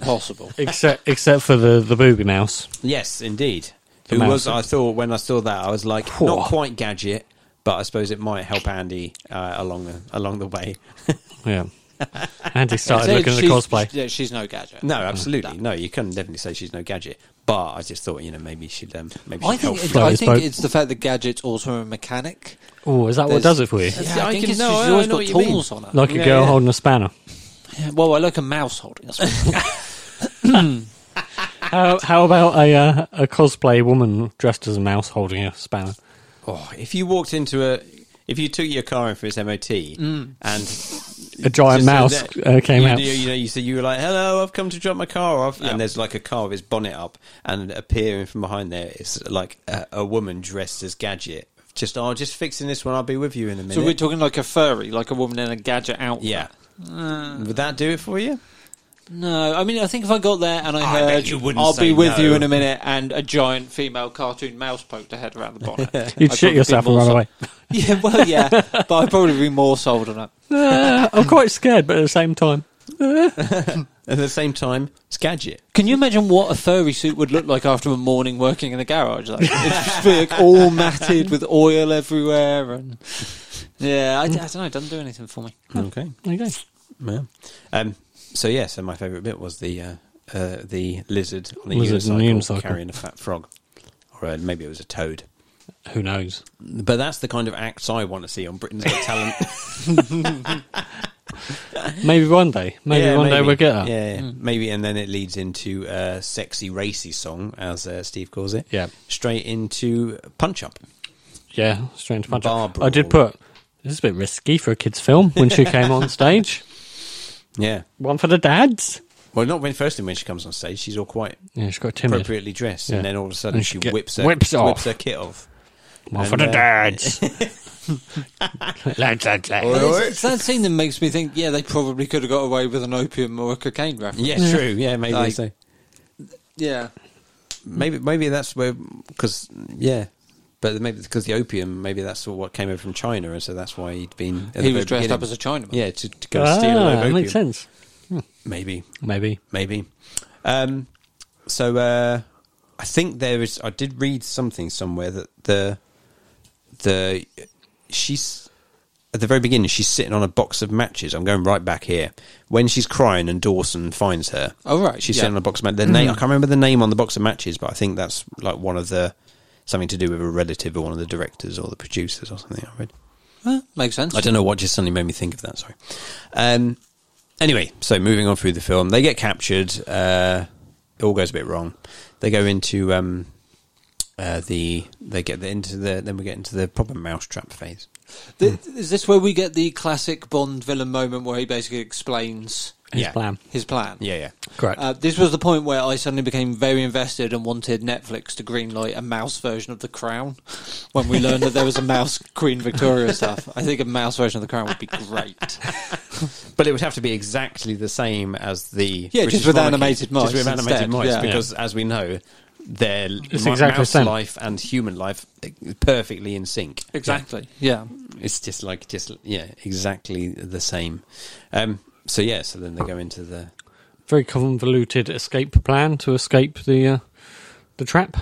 B: possible.
C: Except except for the the booby mouse.
A: Yes, indeed.
C: The
A: Who
C: mouse.
A: was? I thought when I saw that, I was like,
C: Whoa.
A: not quite gadget, but I suppose it might help Andy uh, along the along the way.
C: Yeah. Andy started
B: I'd say
C: looking at the
B: she's-
C: cosplay.
B: Yeah, she's no gadget.
A: No, absolutely, no. You can definitely say she's no gadget, but I just thought you know maybe she'd um, maybe
B: I
A: she'd
B: think
A: help.
B: it,
C: Float
B: I
C: his
B: think
C: boat.
B: it's the fact that gadget's also a mechanic.
C: Oh, is that what
B: There's-
C: does it for you?
A: Yeah,
B: Yeah, I,
A: I
B: think
A: can-
B: it's
A: no, I-
B: she's
A: I
B: always
A: know
B: got
A: what you mean.
B: tools on her.
C: Like a
A: Yeah,
C: girl
A: yeah.
C: holding a spanner.
B: Yeah, well, I like a mouse holding. a sp-
C: How how about a uh, a cosplay woman dressed as a mouse holding a spanner?
A: Oh, if you walked into a, if you took your car in for its MOT
B: Mm.
A: and
C: A giant
A: Just so
C: mouse
A: that-
C: uh, came
A: you,
C: out.
A: You, you know, you said you were like, "Hello, I've come to drop my car off," and there's like a car with its bonnet up, and appearing from behind there is like a, a woman dressed as Gadget. Just, oh, just fixing this one. I'll be with you in a minute.
B: so we're talking like a furry, like a woman in a gadget outfit.
A: yeah. Would that do it for you?
B: No, I mean, I think if I got there and I
A: I
B: heard,
A: bet you wouldn't
B: "I'll
A: say
B: be with
A: no."
B: you in a minute," and a giant female cartoon mouse poked her head around the bonnet,
C: You'd
B: I'd
C: shit
B: probably
C: yourself
B: be
C: and
B: more
C: run away.
B: sold- Yeah, well, yeah, but I'd probably be more sold on it.
C: Uh, I'm quite scared, but at the same time,
A: At the same time, it's Gadget.
B: Can you imagine what a furry suit would look like after a morning working in a garage? Like, it's just be, like, all matted with oil everywhere, and yeah, I, I don't know, it doesn't do anything for me.
A: Okay.
C: there you go.
A: Yeah. Um, so yeah, so my favourite bit was the uh, uh, the lizard on a
C: Lizard on a
A: unicycle,
C: unicycle.
A: carrying a fat frog, or uh, maybe it was a toad.
C: Who knows?
A: But that's the kind of acts I want to see on Britain's Got Talent.
C: Maybe one day. Maybe
A: Yeah,
C: one day we'll get that.
A: Yeah, yeah. maybe, and then it leads into uh, "sexy racy song," as uh, Steve calls it.
C: Yeah.
A: straight into punch up.
C: Yeah, strange punch.
A: Bar
C: I did put. This is a bit risky for a kids' film when she came on stage.
A: Yeah,
C: One for the dads.
A: well, not when first thing when she comes on stage, she's all quite
C: Yeah, she's got timid.
A: appropriately dressed,
C: Yeah.
A: and then all of a sudden
C: And
A: she
C: she get-
A: whips her
C: whips it off.
A: her kit off.
C: One
A: And,
C: for the
A: uh,
C: dads. lads, lads, lads.
B: But It's, it's that scene that makes me think, yeah, they probably could have got away with an opium or a cocaine reference.
A: Yeah, true. Yeah, maybe
B: Like-
A: so.
B: Yeah.
A: Maybe maybe that's where because yeah. But maybe because the opium, maybe that's what came over from China, and so that's why he'd been. at the
B: He
A: very
B: was dressed up
A: beginning.
B: as a Chinaman.
A: yeah to, to go
C: Ah,
A: steal a load of
C: that
A: opium.
C: makes sense.
A: Maybe
C: Maybe.
A: maybe. Um, so uh, I think there is. I did read something somewhere that the the she's at the very beginning. She's sitting on a box of matches. I'm going right back here when she's crying and Dawson finds her.
B: Oh, right,
A: she's
B: yeah. Mm-hmm.
A: sitting on a box of matches. The name I can't remember the name on the box of matches, but I think that's like one of the something to do with a relative or one of the directors or the producers or something. I read.
B: Huh, makes sense.
A: I don't know what just suddenly made me think of that. Sorry. Um, anyway, so moving on through the film, they get captured. Uh, it all goes a bit wrong. They go into um, uh, the they get the, into the then we get into the proper mousetrap phase.
B: Th- is this where we get the classic Bond villain moment where he basically explains
C: His
A: Yeah.
C: plan.
B: his plan?
A: Yeah, yeah.
C: Correct.
B: Uh, this was the point where I suddenly became very invested and wanted Netflix to greenlight a mouse version of The Crown. When we learned that there was a mouse Queen Victoria stuff, I think a mouse version of The Crown would be great.
A: But it would have to be exactly the same as the
B: Yeah, just
A: British
B: with
A: monarchy.
B: animated mice
A: just with animated
B: instead,
A: mice,
B: yeah.
A: because as we know, their
C: It's
A: m-
C: exactly the
A: mouse
C: same.
A: life and human life uh, perfectly in sync.
B: Exactly. Yeah.
A: It's just like just yeah, exactly the same. Um, so yeah, so then they go into the
C: Very convoluted escape plan to escape the uh, the trap.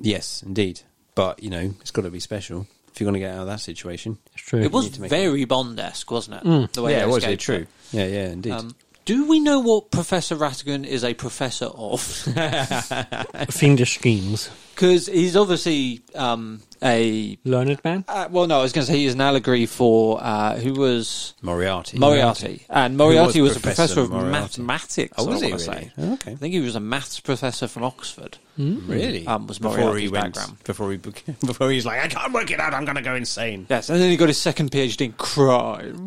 A: yes, indeed. But you know, it's got to be special. if you're going to get out of that situation.
C: It's true.
B: It was
A: need to make Mm.
B: very Bond-esque, wasn't it? The way
A: yeah,
B: they
A: it was yeah,
B: escaped
A: true. Yeah, yeah, indeed.
B: Um, do we know what Professor Rattigan is a professor of?
C: Fiendish schemes.
B: Because he's obviously um, a.
C: Learned man.
B: Uh, well, no, I was going to say he's an allegory for uh, who was
A: Moriarty.
B: Moriarty, and Moriarty
A: Who
B: was,
A: was
B: a professor
A: Professor
B: of
A: Moriarty?
B: mathematics.
A: Oh, was
B: I
A: he
B: wanna
A: really?
B: say.
A: Oh,
B: I
A: okay.
B: think he was a maths professor from Oxford.
A: Really?
B: Um, was
A: before he
B: Moriarty's
A: went,
B: background.
A: before he bec- before he's like, I can't work it out. I'm going to go insane.
B: Yes, and then he got his second PhD in crime.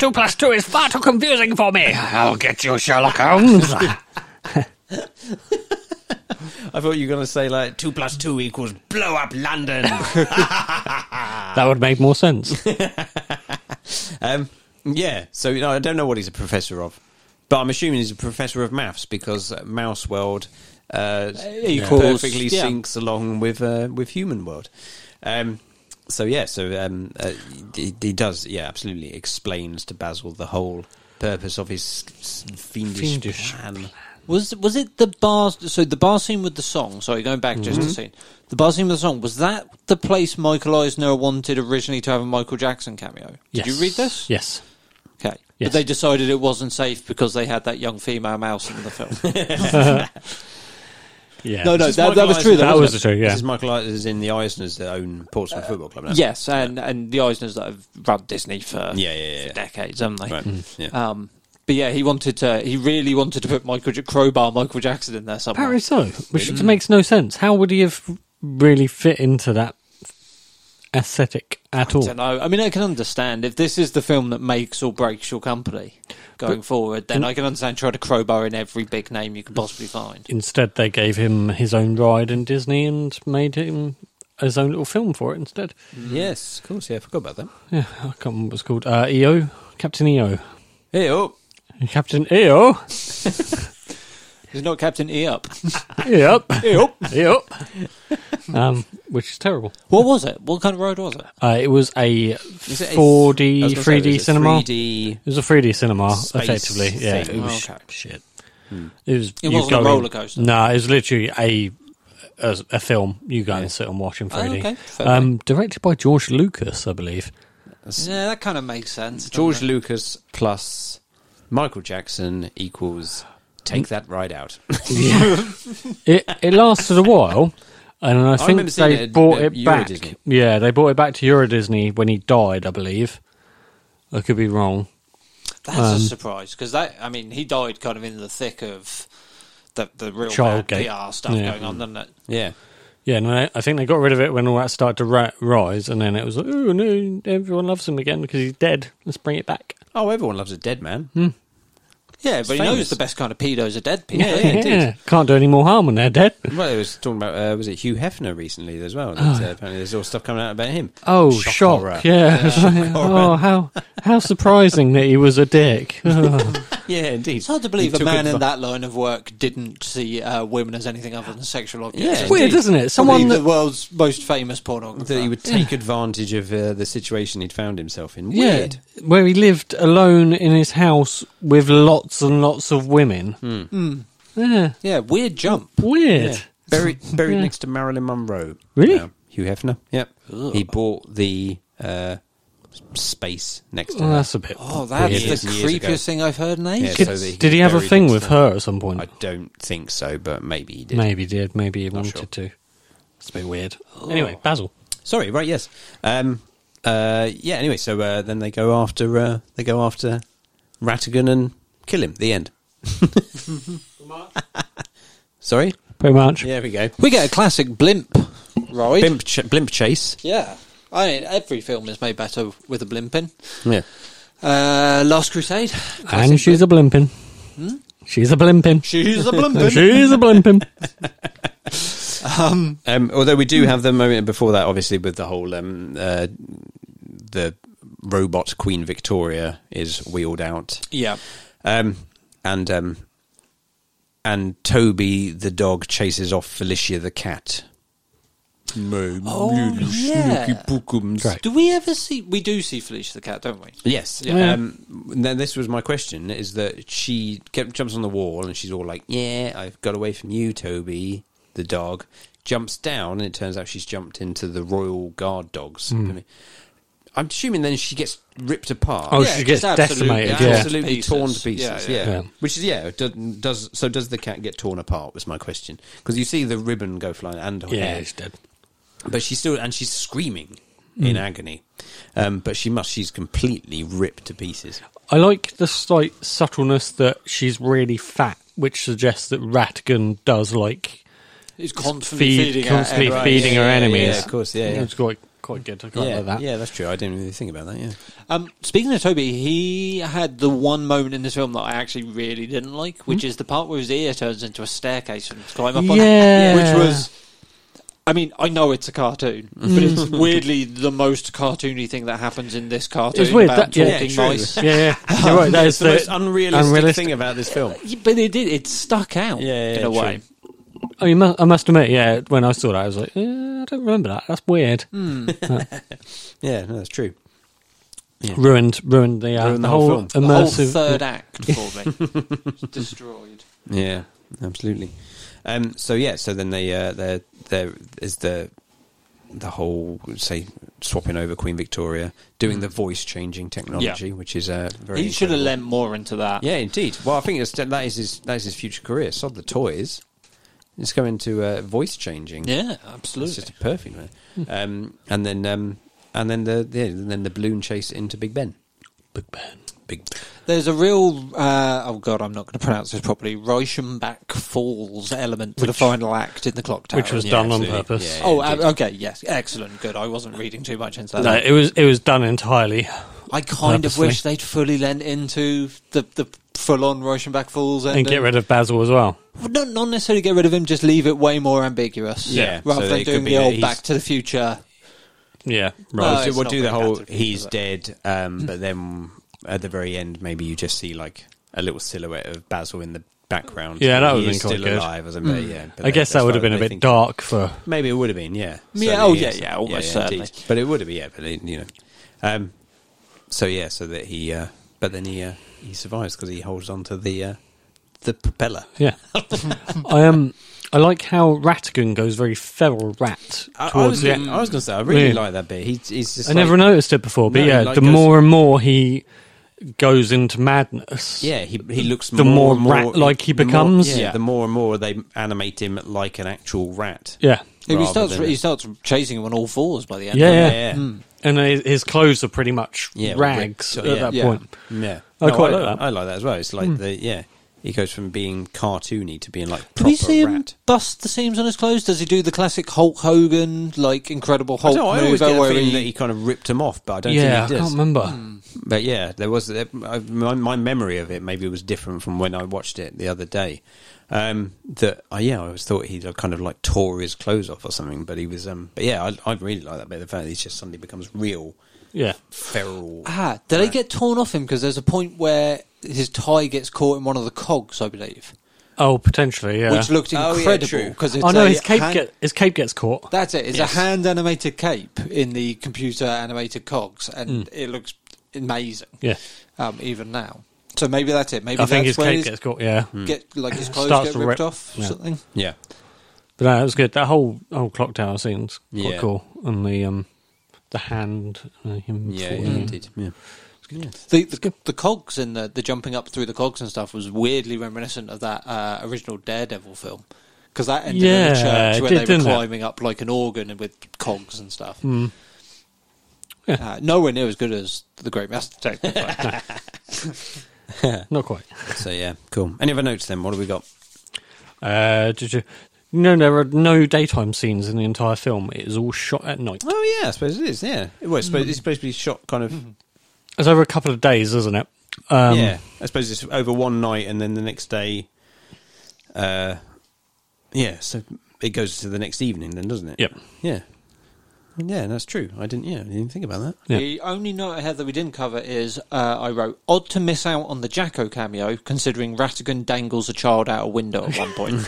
C: Two plus two is far too confusing for me. I'll get you, Sherlock Holmes.
A: I thought you were going to say like two plus two equals blow up London.
C: that would make more sense.
A: um, yeah. So you know, I don't know what he's a professor of, but I'm assuming he's a professor of maths because uh, mouse world uh,
B: equals-
A: perfectly
B: yeah.
A: syncs along with uh, with human world. Um, so yeah, so um, uh, he, he does. Yeah, absolutely explains to Basil the whole purpose of his s- s- fiendish,
C: Fiendish
A: plan.
B: Was was it the bar? So the bar scene with the song. Sorry, going back just a scene. The bar scene with the song was that the place Michael Eisner wanted originally to have a Michael Jackson cameo. Did
C: Yes.
B: you read this?
C: Yes.
B: Okay,
C: Yes.
B: but they decided it wasn't safe because they had that young female mouse in the film.
C: Yeah.
B: no, no,
A: This is
B: that,
A: Michael
B: that was
A: Eisner.
B: true. Though,
C: That was
B: wasn't
C: the true, yeah.
A: This is Michael Eisner's in the Eisner's that own Portsmouth Football Club now.
B: it? yes, and and the Eisners that have run Disney for
A: Yeah, yeah, yeah.
B: for decades, haven't they?
A: Right. Yeah.
B: Um, but yeah, he wanted to. He really wanted to put Michael Ja- crowbar Michael Jackson in there somewhere.
C: Apparently so, which makes no sense. How would he have really fit into that aesthetic at all?
B: I don't know. I mean, I can understand if this is the film that makes or breaks your company going forward. Then I can understand trying to crowbar in every big name you can possibly find.
C: Instead, they gave him his own ride in Disney and made him his own little film for it instead.
A: Yes, of course. Yeah, I forgot about that.
C: Yeah, I can't remember what it's called. Uh, EO? Captain EO.
A: Hey, oh,
C: Captain E EO?
B: It's not Captain E up.
C: Yep.
A: E
B: up.
C: yep. E Um, which is terrible.
B: What was it? What kind of road was it?
C: Uh, it was a
A: Is it a-
C: 4D,
A: I was gonna say, is
C: 3D
A: it
C: cinema.
A: 3D.
C: It was a 3D cinema,
A: Space
C: effectively. Yeah,
A: thing.
C: it was
B: Oh, okay.
C: shit. It was.
B: It
C: you
B: wasn't a
C: go
B: roller
C: in-
B: coaster.
C: No, it was literally a a, a film. You go and sit and watch in 3D.
B: okay. Fair
C: um, directed by George Lucas, I believe.
B: Yeah, that kind of makes sense.
A: George
B: doesn't it?
A: Lucas plus Michael Jackson equals take that ride out.
C: It it lasted a while, and I think
A: remember seeing
C: they
A: it at-
C: bought
A: at
C: it
A: Euro
C: back.
A: Disney.
C: Yeah, they bought it back to Euro Disney when he died, I believe. I could be wrong.
B: That's
C: Um,
B: a surprise because that. I mean, he died kind of in the thick of the the real bad
C: Childgate.
B: PR stuff
C: Yeah.
B: going on, doesn't it?
A: yeah.
C: Yeah, no, I- I think they got rid of it when all that started to ri- rise, and then it was like, oh no, everyone loves him again because he's dead. Let's bring it back.
A: Oh, everyone loves a dead man.
C: Hmm.
B: Yeah, but he knows
A: famous.
B: the best kind of pedos are dead people.
A: Yeah, yeah, indeed.
C: Can't do any more harm when they're dead.
A: Well, it was talking about uh, was it Hugh Hefner recently as well? That, uh, apparently, there's all stuff coming out about him.
C: Oh,
A: Shock
C: shock!
A: horror.
C: Yeah. oh, how how surprising that he was a dick. Oh.
A: Yeah, indeed.
B: It's hard to believe a man in that line of work didn't see uh, women as anything other than sexual objects.
A: Yeah.
C: It's weird,
A: Indeed.
C: isn't it?
B: Someone
C: Someone
B: the
C: that
B: world's most famous pornographer.
A: that he would take advantage of uh, the situation he'd found himself in.
C: yeah,
A: Weird.
C: where he lived alone in his house with lots and lots of women.
A: Hmm.
C: Hmm. Yeah,
B: yeah, weird jump.
C: weird.
A: buried buried
C: Yeah.
A: next to Marilyn Monroe.
C: Really?
A: Now, Hugh Hefner. Yep. He bought the uh, s- space next to
C: Oh,
A: her.
C: that's a bit.
B: Oh, that's
A: Years
B: the
A: and years ago.
B: creepiest thing I've heard in ages.
A: Yeah,
C: Could-
A: so that he
C: did he have a
A: buried
C: thing
A: next
C: with
A: to
C: her at some point?
A: I don't think so, but maybe he did.
C: Maybe he did. Maybe he wanted
A: sure. Oh.
C: to. It's a bit weird. Anyway, Basil.
A: Sorry, right? Yes. Um, uh, yeah. Anyway, so uh, then they go after uh, they go after Ratigan and kill him. The end. Sorry.
C: Pretty much.
A: Yeah, we go.
B: We get a classic blimp, right?
A: Blimp, ch- blimp chase.
B: Yeah. I mean, every film is made better with a blimp in.
A: Yeah.
B: Uh, Last Crusade.
C: And
B: Classic
C: she's a blimpin. Hmm? She's a blimpin.
B: She's a blimp in.
C: She's a blimpin.
A: Um, although we do have the moment before that, obviously, with the whole um, uh, the robot Queen Victoria is wheeled out,
B: Yeah.
A: um, and um, and Toby the dog chases off Felicia the cat.
B: Oh, yeah.
A: Right.
B: Do we ever see... We do see Felicia the Cat, don't we?
A: Yes.
B: Oh,
C: Yeah.
A: Um, then this was my question: is that she kept jumps on the wall and she's all like, "Yeah, I've got away from you, Toby the dog." jumps down, and it turns out she's jumped into the Royal Guard dogs. I'm assuming then she gets ripped apart.
C: Oh,
B: Yeah,
C: she gets
B: just absolute-
C: decimated.
B: yeah,
C: Yeah,
B: absolute-
A: absolutely
B: Pieces.
A: torn to pieces. Yeah,
B: Yeah, yeah.
C: Yeah.
A: which is yeah. do- Does so? Does the cat get torn apart? Was my question because you see the ribbon go flying and her
C: yeah,
A: hair,
C: it's dead.
A: but she's still and she's screaming in
C: Mm.
A: agony. Um, but she must. She's completely ripped to pieces.
C: I like the slight subtleness that she's really fat, which suggests that Rattigan does like
B: He's constantly
C: feed,
B: feeding,
C: constantly
B: our head, right?
C: feeding
A: yeah,
C: her
A: yeah,
C: enemies.
A: yeah, of course, yeah, yeah.
C: it's quite quite good. I quite
A: yeah,
C: like that.
A: yeah, that's true. I didn't really think about that. Yeah,
B: Um, speaking of Toby, he had the one moment in this film that I actually really didn't like, which
C: Hmm?
B: is the part where his ear turns into a staircase and climb up on.
C: Yeah.
B: which was. I mean, I know it's a cartoon,
C: Hmm.
B: but it's weirdly the most cartoony thing that happens in this cartoon.
C: It's weird
B: about
C: that- yeah,
B: talking
A: true.
B: mice.
C: Yeah, yeah. You're right. That is
A: it's the, most unrealistic,
C: unrealistic-
A: thing about this film.
B: But it did. It stuck out
A: Yeah, yeah,
B: in a
A: true.
B: way.
C: I, mean, mu- I must admit, yeah, when I saw that, I was like, eh, I don't remember that. That's weird.
A: Hmm. Yeah, no, that's true.
C: Ruined, ruined the, uh,
A: Ruined
C: the whole,
A: film.
B: The whole
C: immersive.
B: third act for me It's destroyed.
A: Yeah, absolutely. Um, so yeah, so then they uh, there there is the the whole say swapping over Queen Victoria, doing the voice changing technology, which is uh, very.
B: Mm. He should have
A: incredible.
B: lent more into that.
A: Yeah, indeed. Well, I think it's, that is his that is his future career. Sod the toys. It's going to uh, voice changing.
B: Yeah,
A: it's
B: absolutely.
A: just a perfect man. Um, and then um, and then the, the then the balloon chase into Big Ben.
C: Big Ben.
A: Big Ben.
B: There's a real, uh, oh god, I'm not going to pronounce this properly, Reichenbach Falls element to the final act in the clock tower.
C: Which was
B: Yeah.
C: done on
A: absolutely.
C: purpose.
A: Yeah,
B: Oh,
A: indeed.
B: uh, okay, yes, excellent, good. I wasn't reading too much into that.
C: No, it was it was done entirely.
B: I kind of
C: purposely.
B: wish they'd fully lent into the, the full-on Reichenbach Falls
C: And get rid of Basil as well.
B: Well, not, not necessarily get rid of him, just leave it way more ambiguous.
A: Yeah, so
B: rather
A: that
B: than
A: it could
B: doing
A: be
B: the
A: that
B: old
A: he's-
B: Back to the Future.
C: Yeah,
B: Oh,
A: We'll
C: right.
A: do-
B: it's
A: we'll
B: not
A: do the
B: gonna
A: whole
B: matter because
A: he's
B: of
A: dead, um, but then at the very end, maybe you just see like a little silhouette of Basil in the background.
C: Yeah, that
A: He
C: would've
A: is
C: been quite
A: still
C: good.
A: alive, as a
B: Mm.
A: bit, yeah. but
C: I guess
A: that's
C: that would have
A: what
C: been a
A: they
C: bit
A: think.
C: dark for.
A: Maybe it would have been, yeah. Certainly,
B: Yeah, oh, yeah, yeah, almost
A: indeed.
B: certainly.
A: But it would have been, yeah. But it, you know, um, so yeah, so that he, uh, but then he uh, he survives because he holds on to the uh, the propeller.
C: Yeah, I um, I like how Rattigan goes very feral rat
A: I, I was
C: towards the.
A: gonna, I was going to say I really
C: Yeah.
A: like that bit. He, he's just
C: I never
A: like-
C: noticed it before, but
A: No,
C: yeah,
A: like
C: the
A: goes-
C: more and more he goes into madness,
A: Yeah, he he looks
C: The
A: more,
C: more
A: and
C: rat-like he
A: the more-
C: becomes.
A: yeah,
B: Yeah.
A: the more and more they animate him like an actual rat.
C: yeah,
B: He
A: rather
B: starts,
A: than a-
B: he starts chasing him on all fours by the end.
C: Yeah,
B: doesn't
C: yeah.
B: he?
A: yeah.
C: and his his clothes are pretty much
A: Yeah,
C: rags
A: ripped,
C: at
A: yeah.
C: that
B: Yeah.
C: point.
A: Yeah,
C: I quite
A: I,
C: like that. Hmm.
A: I like that as well. It's like the yeah, he goes from being cartoony to being like proper
B: Do we see him
A: rat.
B: bust the seams on his clothes? Does he do the classic Hulk Hogan, like Incredible
A: I,
B: Hulk
A: don't know, I
B: move
A: always get the
B: where
A: feeling
B: he,
A: that he kind of ripped him off, but I don't
C: Yeah, I
A: think he Hmm.
C: can't
A: does.
C: remember.
A: But yeah, there was there- I- my, my memory of it maybe was different from when I watched it the other day. Um, that I yeah, I always thought he kind of like tore his clothes off or something, but he was um, but yeah, I, I really like that bit. The fact that he just suddenly becomes real
C: Yeah,
A: feral.
B: Ah, did they get torn off him? Because there's a point where his tie gets caught in one of the cogs, I believe,
C: oh, potentially, yeah.
B: which looked
A: Oh, yeah,
B: incredible.
A: true.
B: Because
C: oh no,
B: a
C: his cape
B: hand-
C: get, his cape gets caught.
B: That's it. It's
A: Yes.
B: a hand animated cape in the computer animated cogs, and it looks amazing.
C: Mm. Yeah,
B: Um, even now. So maybe that's it. Maybe
C: I think
B: that's
C: his
B: where
C: cape gets caught. Yeah,
A: Hmm.
B: get like his clothes
C: Starts
B: get
C: to
B: ripped
C: rip.
B: off. or
C: Yeah.
B: Something.
A: Yeah,
C: But no, that was good. That whole whole clock tower scene's quite
A: Yeah.
C: cool, and the um the hand, uh, him
A: yeah, yeah,
C: falling in.
A: indeed. Yeah.
B: The, the, the cogs and the, the jumping up through the cogs and stuff was weirdly reminiscent of that uh, original Daredevil film because that ended in
C: Yeah,
B: a church
C: it
B: where
C: did,
B: they were
C: didn't it? Hmm.
B: climbing up like an organ and with cogs and stuff.
C: Yeah.
B: Uh, nowhere near as good as the Great Master Detective. but-
C: Not quite.
A: So yeah, cool. Any other notes then? What have we got?
C: Uh, did you? No, there are no daytime scenes in the entire film. It is all shot at night.
A: Oh yeah, I suppose it is. Yeah, well, it's supposed, it's supposed to be shot kind of.
C: It's over a couple of days, isn't it? Um,
A: yeah, I suppose it's over one night and then the next day. Uh, yeah, so it goes to the next evening then, doesn't it?
C: Yep.
A: Yeah. Yeah, that's true. I didn't. Yeah, I didn't think about that.
C: Yeah.
B: The only note I had that we didn't cover is uh, I wrote odd to miss out on the Jacko cameo, considering Rattigan dangles a child out a window at one point.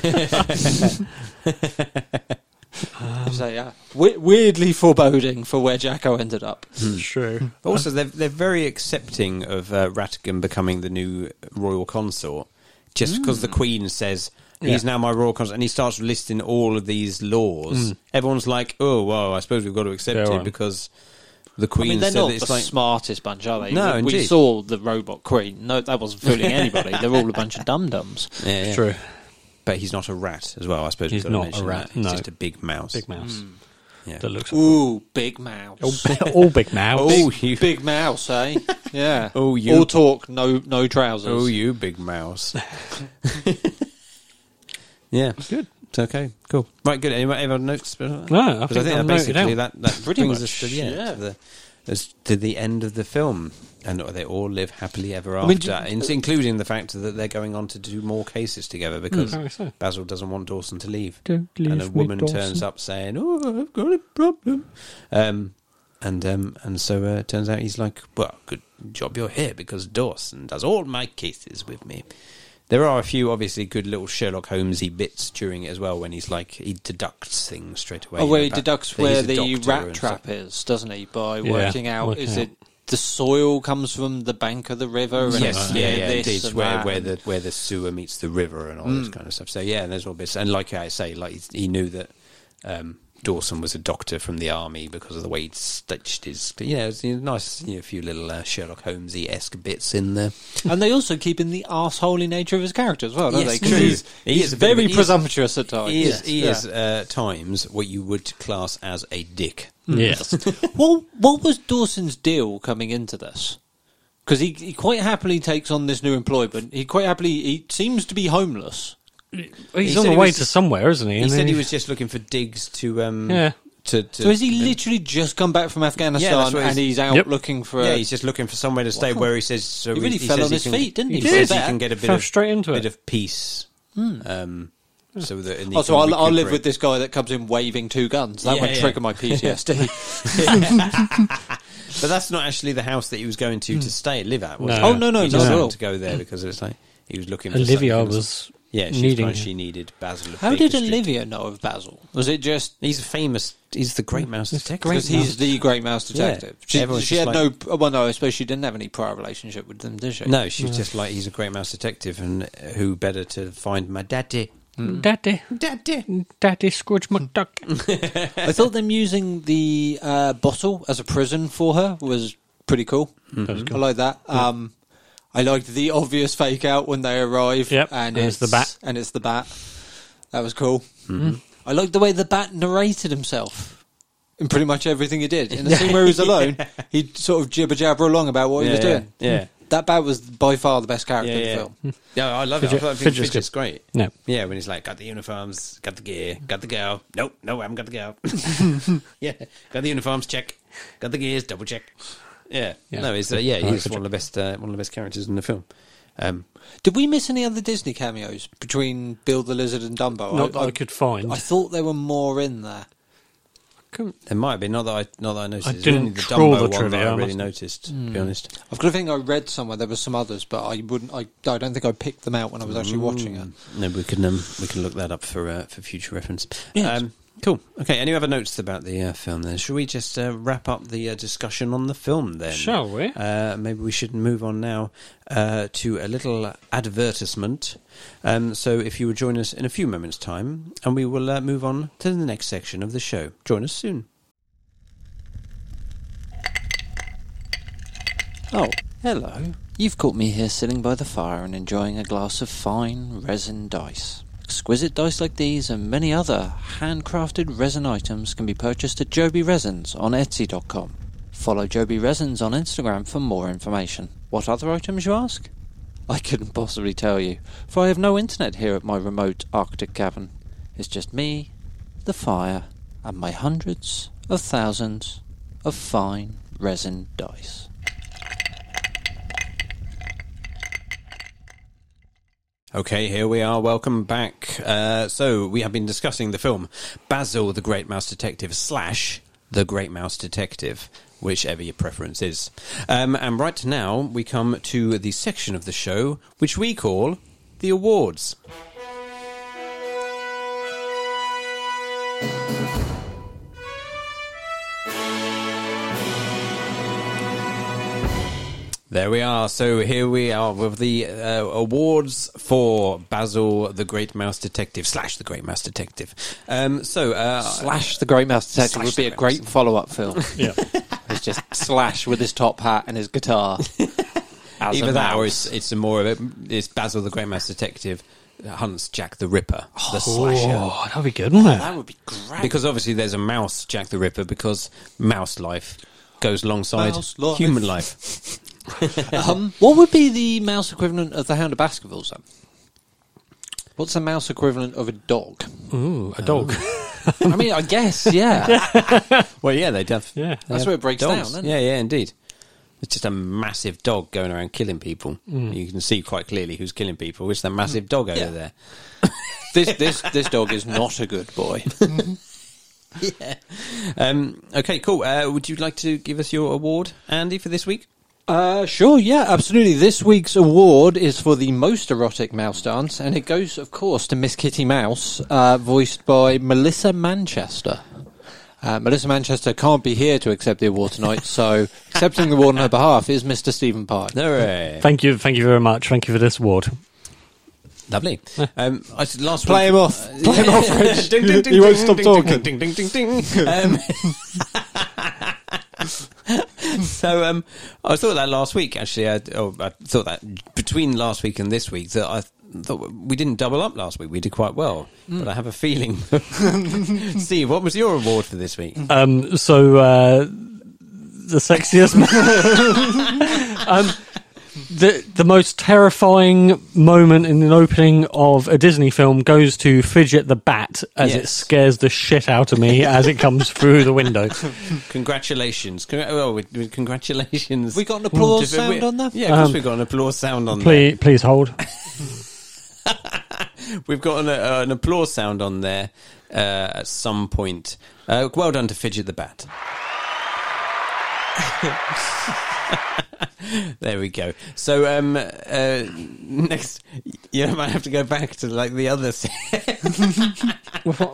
B: so yeah, we- weirdly foreboding for where Jacko ended up.
A: Hmm.
C: True.
A: But also, they're they're very accepting
C: Mm.
A: of uh, Rattigan becoming the new royal consort, just because the Queen says, He's now my royal consort, and he starts listing all of these laws.
C: Mm.
A: Everyone's like, "Oh, well, I suppose we've got to accept
C: Yeah,
A: it
C: right.
A: because the
B: I
A: Queen
B: mean, they're
A: said
B: not
A: that it's
B: the
A: like."
B: smartest bunch, are they?
A: No,
B: we, we
A: indeed.
B: saw the robot queen. No, that wasn't fooling anybody. They're all a bunch of dum dums.
A: Yeah, yeah.
C: True.
A: but he's not a rat as well. I suppose
C: He's
A: we've got
C: not
A: to mention
C: a rat,
A: That. He's
C: no.
A: just a big mouse.
C: Big mouse.
A: Hmm. Yeah.
C: That looks
B: Ooh, big mouse.
C: all, all big mouse.
A: Oh, you,
B: Big mouse, eh? Yeah.
A: Oh, you-
B: All talk, no, no trousers.
A: oh, you big mouse. yeah, good. It's okay. Cool. Right, good. Anyone, anyone notes?
C: No, I
A: Because I
C: think,
A: think
C: I've
A: that
C: noted
A: basically
C: down.
A: that, that
B: Pretty
A: brings
B: much,
A: us to the end
B: yeah.
A: of the, as to the end of the film, and they all live happily ever after,
B: mean, do-
A: in- including the fact that they're going on to do more cases together because
C: Mm, Apparently so.
A: Basil doesn't want Dawson to leave,
C: Don't leave
A: and a
C: me,
A: woman turns
C: Dawson.
A: up saying, "Oh, I've got a problem," um, and um, and so uh, it turns out he's like, "Well, good job you're here because Dawson does all my cases with me." There are a few obviously good little Sherlock Holmesy bits during it as well when he's like he deducts things straight away.
B: Oh, where he
A: about-
B: deducts
A: that he's
B: where
A: a
B: the
A: doctor
B: rat
A: and
B: trap
A: stuff.
B: is, doesn't he? By
C: Yeah,
B: working out,
C: working
B: is
C: out.
B: it the soil comes from the bank of the river? And
A: Yes,
B: it's
A: yeah,
B: near
A: yeah,
B: this
A: indeed.
B: and
A: Where
B: that.
A: where the where the sewer meets the river and all this kind of stuff. So yeah, and there's all bits. And like I say, like he's- he knew that um, Dawson was a doctor from the army because of the way he'd stitched his. But yeah, it's a nice you know, few little uh, Sherlock Holmesy esque bits in there.
B: and they also keep in the assholey nature of his character as well, don't
A: Yes,
B: they? 'Cause
A: true.
B: He's,
A: He
B: he's
A: is a bit of
B: very
A: a- he is-
B: presumptuous at times.
A: He is, he
B: Yeah.
A: is uh, times what you would class as a dick.
C: Yes.
B: Well, what was Dawson's deal coming into this? Because he, he quite happily takes on this new employment. He quite happily he seems to be homeless.
C: He's
A: He
C: on
A: said he
C: the way
A: was-
C: to somewhere, isn't he?
A: He
C: And then
A: said he
C: he-
A: was just looking for digs to um
C: Mm. Yeah.
A: to, to
B: So has he literally just come back from
A: Yeah,
B: Afghanistan
A: that's what he's-
B: and he's out
C: Yep.
B: looking for?
A: yeah,
B: a-
A: he's just looking for somewhere to stay
B: Wow.
A: where he says. So
B: He really
A: he
B: fell
A: says
B: on
A: he
B: his
A: can-
B: feet, didn't he?
A: He says
B: For
A: he
B: that.
A: can get a bit
C: Fell
A: of
C: straight into
A: bit
C: it.
A: of peace. Um, so that in the
B: oh, so I'll,
A: economic
B: I'll live
A: recuperate-
B: with this guy that comes in waving two guns. That
A: Yeah,
B: won't
A: yeah.
B: trigger my PTSD.
A: But that's not actually the house that he was going to to stay live at. Was
C: Hmm. No.
A: it?
B: Oh, no, no,
A: he
B: no,
A: just
B: no.
A: wanted to go there because it's like he was looking. for
C: Hmm. Olivia
A: something.
C: was
A: yeah, she
C: needing
A: was
C: him.
A: she needed Basil. of
B: How did
A: Baker Street.
B: Olivia know of Basil? Was it just
A: He's a famous. He's the
C: Hmm.
A: Great Mouse Detective.
B: because he's the great mouse detective?
A: Yeah.
B: She,
A: Everyone's
B: she had
A: just
B: no. Well, no, I suppose she didn't have any prior relationship with them, did she?
A: No, she's just like he's a Great Mouse Detective, and uh, who better to find my daddy?
C: Daddy,
A: Daddy.
C: Daddy Scrooge
A: Hmm.
C: McDuck.
B: I thought them using the uh, bottle as a prison for her was pretty cool. I like that. Um, I liked the obvious fake out when they arrive.
C: Yep,
B: and,
C: and
B: it's,
C: it's the bat.
B: And it's the bat. That was cool. I liked the way the bat narrated himself in pretty much everything he did. In the scene where he was alone, he'd sort of jibber jabber along about what he was
A: Yeah,
B: doing.
A: yeah.
B: That bat was by far the best character
A: Yeah,
B: in the
A: yeah.
B: Hmm. film.
A: Yeah, I love it.
C: Fidget-
A: I think
C: Fidget's
A: Fidget's, Fidget's great.
C: No.
A: Yeah, when he's like, got the uniforms, got the gear, got the girl. Nope, no, I haven't got the girl. yeah, got the uniforms, check. Got the gears, double check. Yeah,
C: Yeah.
A: no, he's uh, yeah,
C: like
A: he's
C: Fidget.
A: one of the best, uh, one of the best characters in the film. Um,
B: Did we miss any other Disney cameos between Bill the Lizard and Dumbo?
C: Not that I could find.
B: I thought there were more in there.
C: Couldn't-
A: there might be not that I not that I noticed.
C: I
A: It's only
C: didn't
A: the
C: trawl
A: Dumbo
C: the
A: one that
C: trivia, I
A: I really
C: must- Hmm.
A: noticed. To be honest,
B: I've got a thing I read somewhere there were some others, but I wouldn't. I, I don't think I picked them out when I was actually watching
A: Mm.
B: it.
A: no, we can um, we can look that up for uh, for future reference.
B: Yes.
A: Um, cool. Okay. Any other notes about the uh, film? Then should we just uh, wrap up the uh, discussion on the film? Then
C: Shall we?
A: Uh, maybe we should move on now uh, to a little advertisement. Um, so, if you would join us in a few moments' time, and we will uh, move on to the next section of the show. Join us soon.
B: Oh, hello. You've caught me here sitting by the fire and enjoying a glass of fine resin dice. Exquisite dice like these and many other handcrafted resin items can be purchased at Joby Resins on Etsy.com. Follow Joby Resins on Instagram for more information. What other items, you ask? I couldn't possibly tell you, for I have no internet here at my remote Arctic cabin. It's just me, the fire, and my hundreds of thousands of fine resin dice.
A: Okay, here we are. Welcome back. Uh, so we have been discussing the film Basil the Great Mouse Detective slash The Great Mouse Detective, whichever your preference is. Um, and right now we come to the section of the show which we call the awards. There we are. So here we are with the uh, awards for Basil the Great Mouse Detective slash the Great Mouse Detective. Um, so uh,
B: Slash the Great Mouse Detective
A: Slash
B: would be
A: the
B: a
A: Great
B: great follow up film.
C: Yeah.
B: it's just Slash with his top hat and his guitar. as
A: either
B: a
A: that or
B: mouse.
A: it's it's a more of it. It's Basil the Great Mouse Detective hunts Jack the Ripper, the slasher.
C: Oh, that'd be good, wouldn't it?
B: that would be great.
A: Because obviously there's a mouse Jack the Ripper because mouse life goes alongside
B: Mouse life.
A: human life.
B: um, what would be the mouse equivalent of the Hound of Baskervilles then? What's the mouse equivalent of a dog?
C: Ooh, a dog.
B: I mean, I guess, yeah.
A: Well, yeah, they have. they
C: Yeah.
B: That's
A: have
B: where it breaks
A: dogs.
B: down, isn't it?
A: yeah, yeah, indeed. It's just a massive dog going around killing people. You can see quite clearly who's killing people. It's the massive dog over
B: Mm. Yeah.
A: there.
B: This this this dog is not a good boy.
A: Um, okay, cool. Uh, would you like to give us your award, Andy, for this week?
B: Uh, sure, yeah, absolutely. This week's award is for the most erotic mouse dance, and it goes, of course, to Miss Kitty Mouse, uh, voiced by Melissa Manchester. Uh, Melissa Manchester can't be here to accept the award tonight, so accepting the award on her behalf is Mr. Stephen Pye.
A: No, way.
C: Thank you, thank you very much. Thank you for this award.
A: lovely. Um, I s- last week-
B: Play him off. Play him off, Rich.
A: Ding, ding, ding,
B: He won't
A: ding,
B: stop
A: ding, ding,
B: talking.
A: ding, ding, ding, ding, ding. Um, so um, I thought that last week, actually, I, oh, I thought that between last week and this week that I thought we didn't double up last week. We did quite well,
B: Mm.
A: but I have a feeling. Steve, what was your award for this week?
C: Um, so uh, the sexiest, um, the the most terrifying moment in an opening of a Disney film goes to Fidget the Bat as it
A: Yes.
C: scares the shit out of me as it comes through the window.
A: Congratulations! Con- oh, we- we- congratulations!
B: We got an applause
A: If it-
B: sound
A: we-
B: on that?
A: Yeah, of course
C: Um,
A: we got an applause sound on there.
C: Please, please hold.
A: We've got an, uh, an applause sound on there uh, at some point. Uh, well done to Fidget the Bat. there we go. So um, uh, next, you might have to go back to like the other. se-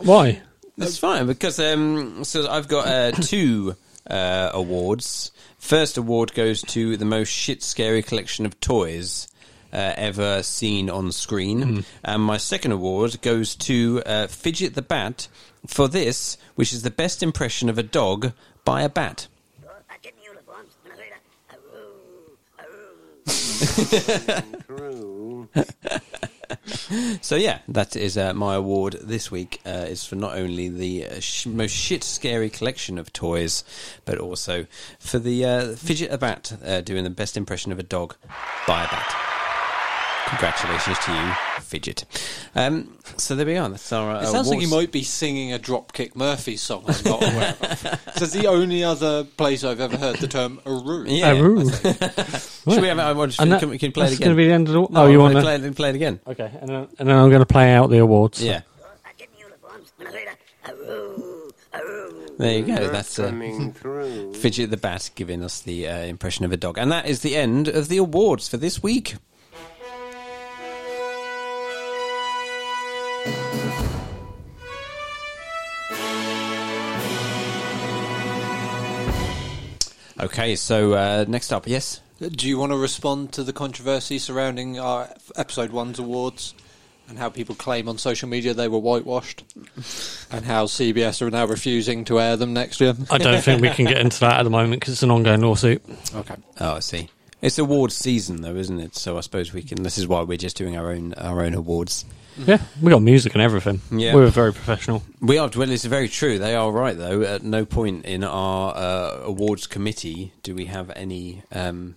C: Why?
A: That's fine because um, so I've got uh, two uh, awards. First award goes to the most shit scary collection of toys uh, ever seen on screen, and my second award goes to uh, Fidget the Bat for this, which is the best impression of a dog by a bat.
G: I get me uniforms and I later. Aroo, aroo.
A: So yeah, that is uh, my award this week. Uh, is for not only the uh, sh- most shit scary collection of toys, but also for the uh, fidget a bat uh, doing the best impression of a dog by a bat. Congratulations to you, fidget. Um, so there we are. That's our. Uh,
B: It sounds like you
A: awards.
B: might be singing a Dropkick Murphy song I'm not aware of. That's the only other place I've ever heard the term aroo.
A: Yeah.
C: Aroo.
A: Should we have? I want. Can,
C: And that-
A: we- can we play it
C: Oh, that's
A: again?
C: gonna be the end of the-
A: No,
C: oh, you
A: I
C: wanna-
A: play it? Play it again?
C: Okay, and then, and then I'm going to play out the awards.
A: Yeah.
G: I get me uniforms and I later. Aroo, aroo.
A: There you go. That's uh, Fidget the Bat giving us the uh, impression of a dog. And that is the end of the awards for this week. Okay, so uh, next up, yes.
B: Do you want to respond to the controversy surrounding our episode one's awards and how people claim on social media they were whitewashed and how CBS are now refusing to air them next year?
C: I don't think we can get into that at the moment because it's an ongoing lawsuit.
B: Okay.
A: Oh, I see. It's award season, though, isn't it? So I suppose we can. This is why we're just doing our own our own awards.
C: Yeah, we got music and everything.
A: Yeah.
C: We were very professional.
A: We are. Well, it's very true. They are right, though. At no point in our uh, awards committee do we have any um,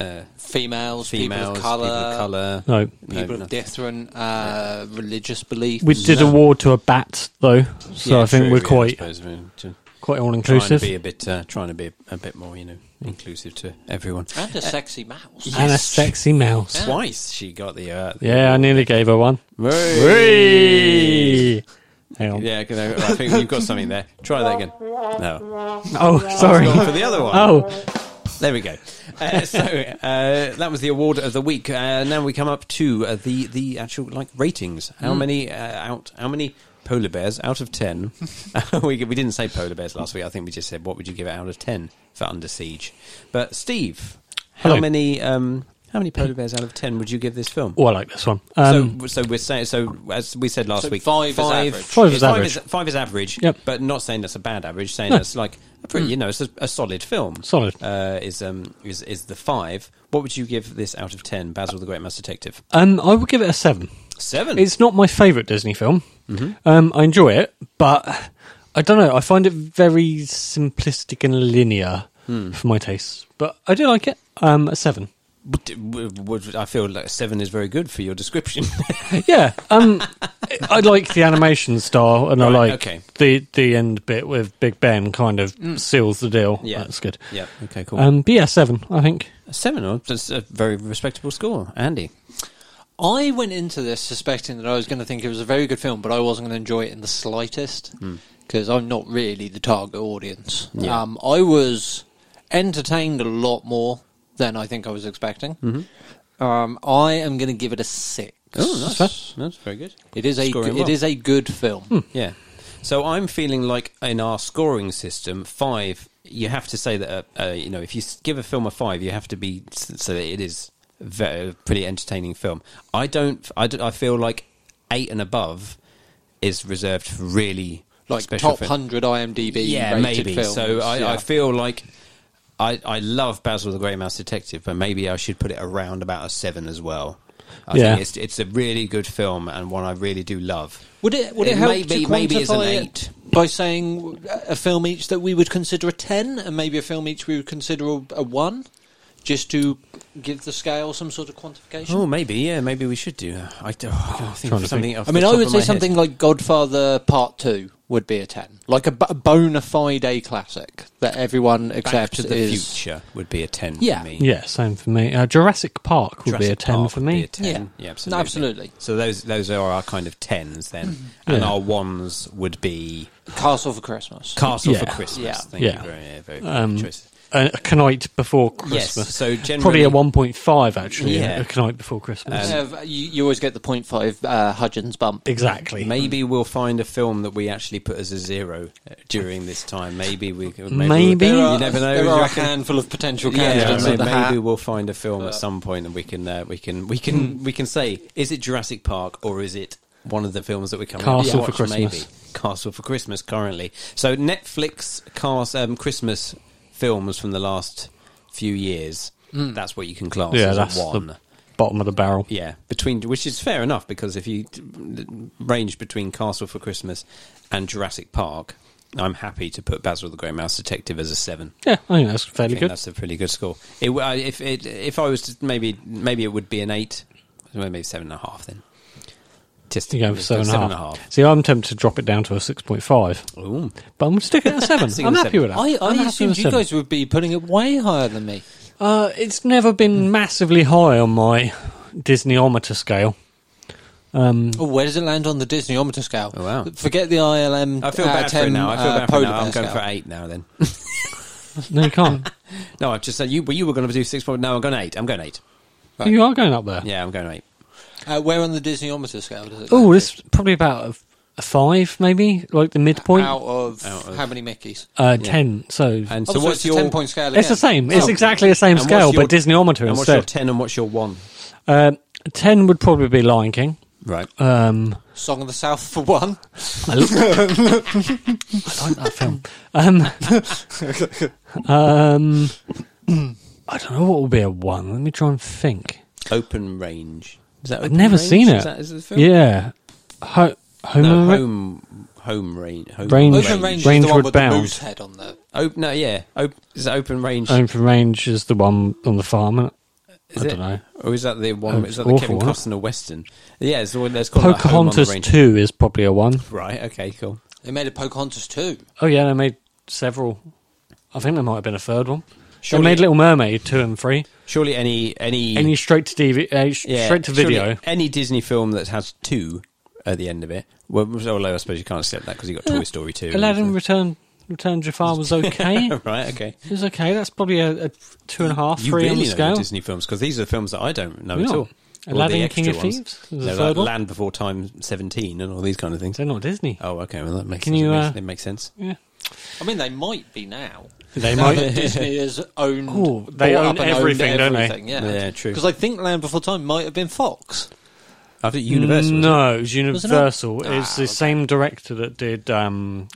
A: uh,
B: Females,
A: females,
B: people of colour,
A: people of colour.
C: No.
B: people of
A: no.
B: different uh, religious beliefs.
C: We did award to a bat though, so
A: Yeah,
C: I think
A: true,
C: we're
A: yeah, I
C: quite
A: suppose we're to
C: quite all
A: try and
C: inclusive.
A: be a bit, uh, trying to be a, a bit more, you know, inclusive to everyone.
B: and a sexy mouse.
C: And a
A: Yes.
C: sexy mouse.
A: Twice she got the. Uh, the-
C: Yeah, I nearly gave her one.
A: Whey!
C: Hang on.
A: Yeah, 'cause I I think you've got something there. Try that again. No,
C: Oh, sorry.
A: Go on for the other one.
C: Oh,
A: There we go. Uh, so uh, that was the award of the week. Uh, now we come up to uh, the the actual like ratings. How many uh, out? How many polar bears out of ten? we we didn't say polar bears last week. I think we just said what would you give it out of ten for Under Siege? But Steve,
F: How
C: Hello.
F: many um, how many polar bears out of ten would you give this film?
C: Oh, I like this one. Um,
A: so, so we're saying so as we said last
B: So
A: week.
B: five is average.
C: Five is
A: yeah,
C: average.
A: Five is, five is average.
C: Yep.
A: But not saying that's a bad average. Saying
C: No. Hmm.
A: that's like a pretty, you know, it's a, a solid film.
C: Solid.
A: uh, is um is is the five. What would you give this out of ten? Basil the Great Mouse Detective.
C: um, I would give it a seven.
A: Seven.
C: It's not my favourite Disney film.
A: Mm-hmm.
C: Um, I enjoy it, but I don't know. I find it very simplistic and linear
A: Hmm.
C: for my tastes. But I do like it. Um, a seven.
A: Would- would- would- I feel like seven is very good for your description.
C: Yeah. Um, I like the animation style, and I
A: Right,
C: like
A: okay. Mm.
C: the the end bit with Big Ben. Kind of seals the deal.
A: Yeah.
C: that's good.
A: yeah. Okay. Cool.
C: Um, but yeah, seven. I think.
A: seven. oh, That's a very respectable score, Andy.
B: I went into this suspecting that I was going to think it was a very good film, but I wasn't going to enjoy it in the slightest because I'm not really the target audience.
A: Hmm. Yeah.
B: Um, I was entertained a lot more than I think I was expecting. Um, I am going to give it a six.
A: Mm-hmm. Oh, that's that's very good.
B: It is a
A: Scoring
B: good,
A: well. Hmm.
B: it is a good film.
A: Yeah. So I'm feeling like in our scoring system, five. You have to say that uh, uh, you know if you s- give a film a five, you have to be s- so that it is ve- a pretty entertaining film. I don't. I, don't- I feel like eight and above is reserved for really
B: Like
A: special
B: top
A: film.
B: hundred IMDb
A: Yeah,
B: rated
A: maybe.
B: films.
A: So I,
B: Yeah.
A: I feel like. I, I love Basil the Grey Mouse Detective, but maybe I should put it around about a seven as well. I
C: Yeah.
A: think it's, it's a really good film and one I really do love.
B: Would it would it,
A: It
B: help
A: may be-
B: to
A: maybe it's an
B: quantify it
A: eight.
B: by saying a film each that we would consider a ten, and maybe a film each we would consider a, a one, just to give the scale some sort of quantification?
A: Oh, maybe yeah, maybe we should do. that. I don't I can't think
C: Trying
A: of
C: to
A: something. off the
B: I mean, I
A: top
B: would
A: of
B: say
A: my head.
B: something like Godfather Part Two would be a ten, like a, b- a bona fide classic that everyone
A: Back
B: accepts
A: to the
B: is.
A: future would be a ten.
B: Yeah.
A: for me.
C: Yeah, same for me. Uh, Jurassic Park would be a
A: Jurassic
C: ten
A: Park
C: for
A: would be
C: me.
A: a 10.
B: Yeah.
A: Yeah,
B: No,
A: absolutely.
B: absolutely.
A: So those those are our kind of tens then, and
C: Mm-hmm. Yeah.
A: our ones would be
B: Castle for Christmas.
A: Castle for
C: Yeah.
A: Christmas.
B: Yeah.
A: Thank
C: Yeah.
A: you very, yeah, very
C: Um,
A: good choice.
C: a, a Knight Before
A: Yes,
C: Christmas.
A: so
C: probably a
A: generally-
C: one point five actually.
A: Yeah. Um,
C: A Knight Before Christmas.
B: Uh, you, you always get the point five uh, Hudgens bump.
C: exactly.
A: Maybe we'll find a film that we actually put as a zero uh, during this time. Maybe we maybe,
C: Maybe.
A: we'll-
C: There
A: you never know.
B: There
A: you
B: are a
A: reckon?
B: handful of potential
A: Yeah,
B: candidates
A: may-
B: at the
A: maybe
B: hat. Hmm.
A: we'll find a film at some point and we can uh, we can we can we can say is it Jurassic Park or is it one of the films that we're coming up to
C: Castle for
A: watch,
C: Christmas.
A: Maybe. Castle for Christmas currently. So Netflix cast um, Christmas films from the last few years.
B: Hmm.
A: That's what you can class
C: yeah,
A: as
C: that's
A: a one.
C: the bottom of the barrel.
A: Yeah, between which is fair enough because if you t- range between Castle for Christmas and Jurassic Park, I'm happy to put Basil the Grey Mouse Detective as a seven.
C: Yeah, I think that's
A: I
C: fairly
A: think
C: good.
A: that's a pretty good score. It, w- I- if it, if I was to maybe maybe it would be an eight, well, maybe seven and a half then. Just
C: You go for
A: just
C: seven and a half.
A: and a half.
C: See, I'm tempted to drop it down to a six point five,
A: Ooh.
C: but I'm going to stick it at a seven.
A: Stick it
C: I'm
A: at
C: happy
A: seven.
C: with that.
B: I,
C: I'm happy
B: I
C: with
B: assumed you
C: seven.
B: guys would be putting it way higher than me.
C: Uh, it's never
A: Hmm.
C: been massively high on my Disneyometer scale.
B: Oh, where does it land on the Disneyometer scale?
A: Oh, wow.
B: Forget the ILM.
A: I feel
B: uh,
A: bad
B: 10,
A: for it now. I feel
B: uh,
A: bad for it
B: polar
A: now. I'm
B: bear
A: going
B: scale.
A: for eight now. Then
C: No, you can't.
A: no, I've just said you. Well, you were going to do six point. No, I'm going eight. I'm going eight.
C: You are going up there.
A: Yeah, I'm going eight.
B: Uh, where on the Disneyometer scale does it?
C: Oh,
B: land
C: this is probably about a, a five, maybe like the
B: to?
C: midpoint.
B: out of,
A: Out of-
B: how many Mickey's?
C: Uh, ten. So
A: And
B: Oh,
A: so, what's
B: it's
A: your
B: a ten point scale? Again.
C: It's the same. It's exactly the same
A: and what's
C: scale,
A: your-
C: but Disneyometer
A: And what's your
C: instead.
A: ten and what's your one?
C: Uh, ten would probably be Lion King.
A: Right.
C: Um,
B: Song of the South for one.
C: I, lo- I like that film. Um, um, I don't know what will be a one. Let me try and think.
A: Open range. Is that
C: I've never seen it.
A: Is that, is it the film?
C: Yeah, Ho- Homer.
A: No, home, home range. Home
C: uh, Range.
B: Open Range is the
C: Rangeward
B: one with the
C: Bound.
B: moose head on the.
A: Op- no, yeah. Op- is that open range?
C: Home from Range is the one on the farm. isn't it?
A: Is
C: I
A: it?
C: don't know.
A: Or is that the one?
C: Oh,
A: is
C: it's
A: that the
C: awful,
A: Kevin
C: isn't it?
A: Costner western? Yeah, it's the one that's called like, Home on the
C: Pocahontas
A: Range.
C: two is probably a one.
A: Right. Okay. Cool.
B: They made a Pocahontas too.
C: Oh yeah, they made several. I think there might have been a third one.
A: Surely-
C: they made Little Mermaid two and three.
A: Surely any any
C: Any straight to DV, uh, sh-
A: yeah,
C: straight to
A: surely
C: video.
A: any Disney film that has two at the end of it. Well, although I suppose you can't accept that because you got Toy Story two. and
C: Uh, Aladdin
A: everything.
C: Return Return Jafar was okay. it
A: right. Okay.
C: was okay. That's probably a, a two and a half,
A: You
C: three
A: really
C: on the
A: know
C: scale.
A: your Disney films because these are the films that I don't know at
C: Yeah.
A: all. Or the
C: Aladdin, King
A: extra
C: of
A: ones.
C: Thieves was the
A: No,
C: third
A: like
C: one.
A: Land Before Time seventeen and all these kind of things.
C: They're not Disney.
A: Oh, okay. Well, that makes
C: Can
A: sense.
C: you,
A: it,
C: uh,
A: makes, it makes sense.
C: Yeah.
B: I mean, they might be now.
C: They
B: Now
C: might.
B: that Disney has owned.
C: Ooh, they
B: bought
C: own
B: up and owned
C: everything, don't they?
B: everything, Yeah,
A: Yeah, true.
B: Because I think Land Before Time might have been Fox.
A: After Universal. was
C: No, it was
B: Wasn't it?
C: Universal. It's
B: Ah,
C: the
B: okay.
C: same director that did um,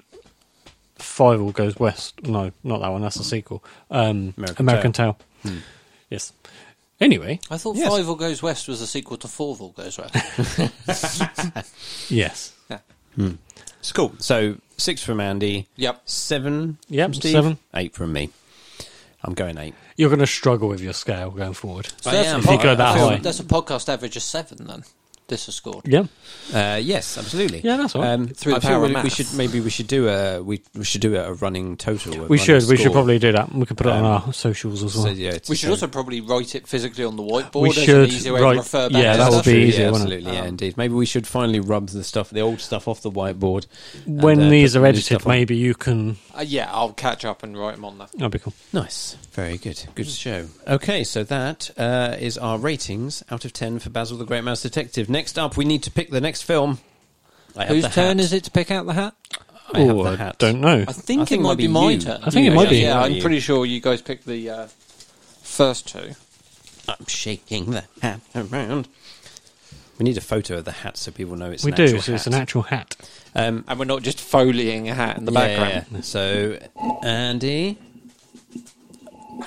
C: Five All Goes West. No, not that one. That's the sequel. Um,
A: American
C: American, Tale. Yes. Anyway,
B: I thought
A: Yes.
B: Five All Goes West was a sequel to Four All Goes West.
C: yes.
A: it? It's cool. So six from Andy.
B: yep.
A: Seven.
C: Yep,
A: from Steve,
C: seven.
A: Eight from me. I'm going eight.
C: You're going to struggle with your scale going forward.
B: So
A: I
B: that's,
A: am. If
B: a
A: you
B: pod-
C: go that
B: that's a-
C: high.
B: that's a podcast average of seven. Then this has scored.
C: Yeah.
A: Uh, yes, absolutely.
C: Yeah, that's all right.
A: Um,
B: Through
A: I
B: the
A: feel
B: power of
A: really- we
B: math.
A: should maybe we should do a we, we should do a running total. a
C: We
A: running
C: should. We should
A: score.
C: probably do that. We could put it
A: Um,
C: on our socials as well.
A: So, yeah, to
B: We should
A: show-
B: also probably write it physically on the whiteboard.
C: We
B: as an
C: should
B: easier way
C: write-
B: to refer back.
C: yeah,
B: to
C: that would
B: stuff.
C: be
A: true,
C: easier,
A: Yeah,
C: wouldn't it? Um,
A: absolutely, yeah, indeed. Maybe we should finally rub the stuff, the old stuff, off the whiteboard. and,
C: when
A: uh,
C: these
A: put
C: are
A: the new stuff
C: edited,
A: on.
C: maybe you can.
B: Uh, yeah, I'll catch up and write them on there.
C: That'd be cool.
A: Nice, very good, good
B: Hmm.
A: show. Okay, so that uh, is our ratings out of ten for Basil the Great Mouse Detective. Next up, we need to pick the next film. I have
B: Whose
A: the
B: turn
A: hat.
B: is it to pick out the hat?
A: I have
C: Ooh,
A: the
C: I
A: hat.
C: don't know.
B: I think,
A: I think
B: it might be
A: you.
B: my turn.
C: I think it might be.
B: Yeah, I'm
A: you.
B: pretty sure you guys picked the uh, first two.
A: I'm shaking the hat around. We need a photo of the hat so people know it's
C: we
A: an
C: do.
A: actual
C: So it's
A: hat.
C: an actual hat.
A: Um,
B: Mm. And we're not just foleying a hat in the
A: yeah,
B: background.
A: yeah, yeah. So, Andy,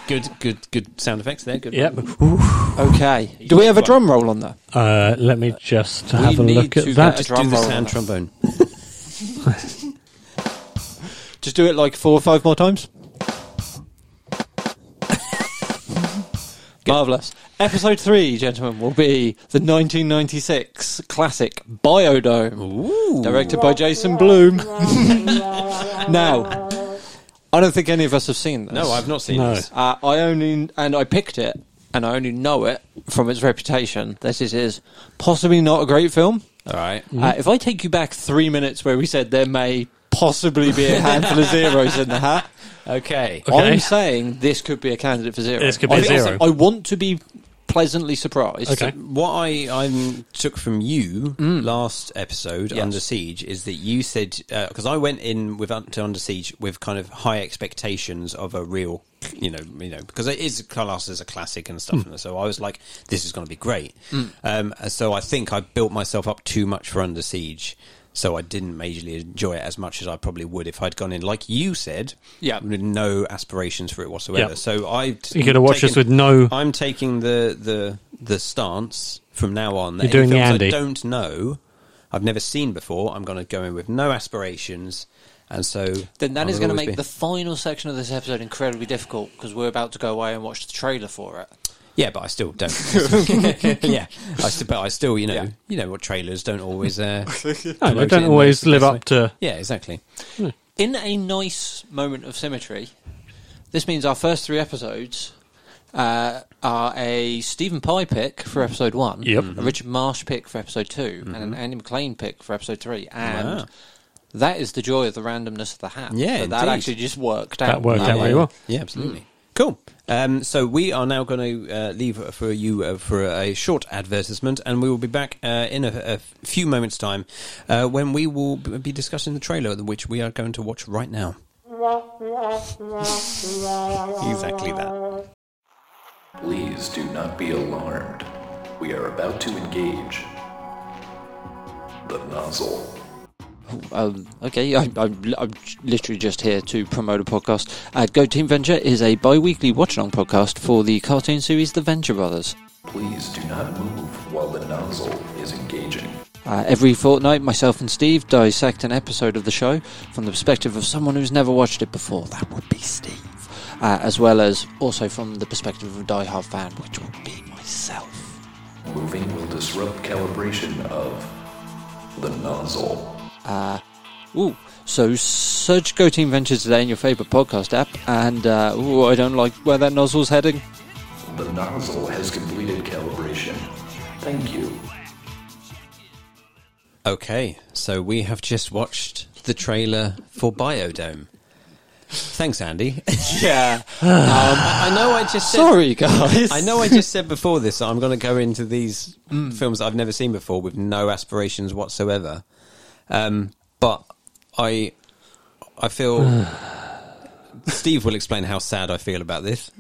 A: good, good, good sound effects there. Good.
C: Yep.
B: Okay. Do we have a drum roll on that?
C: Uh, let me just
B: We
C: have a
B: need
C: look
B: to
C: at
B: get
C: that.
B: a
A: Just
B: drum
A: do the
B: roll
A: sand
B: on
A: trombone.
B: Just do it like four or five more times. Marvelous. Episode three, gentlemen, will be the 1996 classic Biodome,
A: Ooh.
B: directed by Jason Bloom. now, I don't think any of us have seen this.
A: No, I've not seen
C: No.
A: this.
B: Uh, I only and I picked it, and I only know it from its reputation. This is, is possibly not a great film.
A: All right.
B: Uh, if I take you back three minutes, where we said there may possibly be a handful of zeros in the hat,
A: Okay.
C: Okay.
B: I'm saying this could be a candidate for zero.
C: This could be
B: I
C: a
B: think-
C: zero.
B: I want to be pleasantly surprised.
C: Okay.
A: What I I took from you
C: Mm.
A: last episode
B: Yes.
A: under siege is that you said because I went in with Un- to under siege with kind of high expectations of a real you know you know because it is classed as a classic and
C: Mm.
A: stuff and so I was like this is going to be great um, so I think I built myself up too much for under siege so I didn't majorly enjoy it as much as I probably would if I'd gone in like you said
B: Yeah.
A: with no aspirations for it whatsoever
C: Yeah.
A: so I
C: You could have watched this with no-
A: I'm taking the the the stance from now on that
C: You're
A: any
C: doing the
A: films I
C: Andy.
A: don't know, I've never seen before. I'm going to go in with no aspirations, and so
B: Then that
A: I
B: is
A: will
B: going to
A: always
B: make
A: be-
B: the final section of this episode incredibly difficult because we're about to go away and watch the trailer for it.
A: yeah, but I still don't. yeah, I still, but I still, you know, you know what trailers don't always. Uh,
C: No,
A: promote
C: they
A: it in
C: don't
A: the
C: always
A: best
C: live
A: way.
C: up to.
A: Yeah, exactly.
B: In a nice moment of symmetry, this means our first three episodes uh, are a Stephen Pye pick for episode one,
C: Yep.
B: a Richard Marsh pick for episode 2 and an Andy McLean pick for episode three. And
A: Wow.
B: that is the joy of the randomness of the hat.
A: Yeah,
B: that, that
A: indeed.
B: actually just worked out. Um,
C: That worked
A: Yeah,
C: out very
A: yeah.
C: well.
A: Yeah, absolutely. Cool. Um, so we are now going to uh, leave for you uh, for a short advertisement, and we will be back uh, in a, a few moments' time uh, when we will b- be discussing the trailer, which we are going to watch right now. exactly that.
H: Please do not be alarmed. We are about to engage the nozzle.
B: Um, okay, I'm, I'm, I'm literally just here to promote a podcast. Uh, Go Team Venture is a bi weekly watch along podcast for the cartoon series The Venture Brothers.
H: Please do not move while the nozzle is engaging.
B: Uh, every fortnight, myself and Steve dissect an episode of the show from the perspective of someone who's never watched it before. That would be Steve. Uh, as well as also from the perspective of a diehard fan, which would be myself.
H: Moving will disrupt calibration of the nozzle.
B: Ooh, so search Go Team Venture today in your favourite podcast app, and uh, ooh, I don't like where that nozzle's heading.
H: The nozzle has completed calibration. Thank you.
A: Okay, so we have just watched the trailer for Biodome. Thanks, Andy. Um,
B: Yeah.
A: I know I just said
B: Sorry, guys.
A: I know I just said before this that I'm going to go into these
C: Mm.
A: films I've never seen before with no aspirations whatsoever. Um, but I I feel. Steve will explain how sad I feel about this.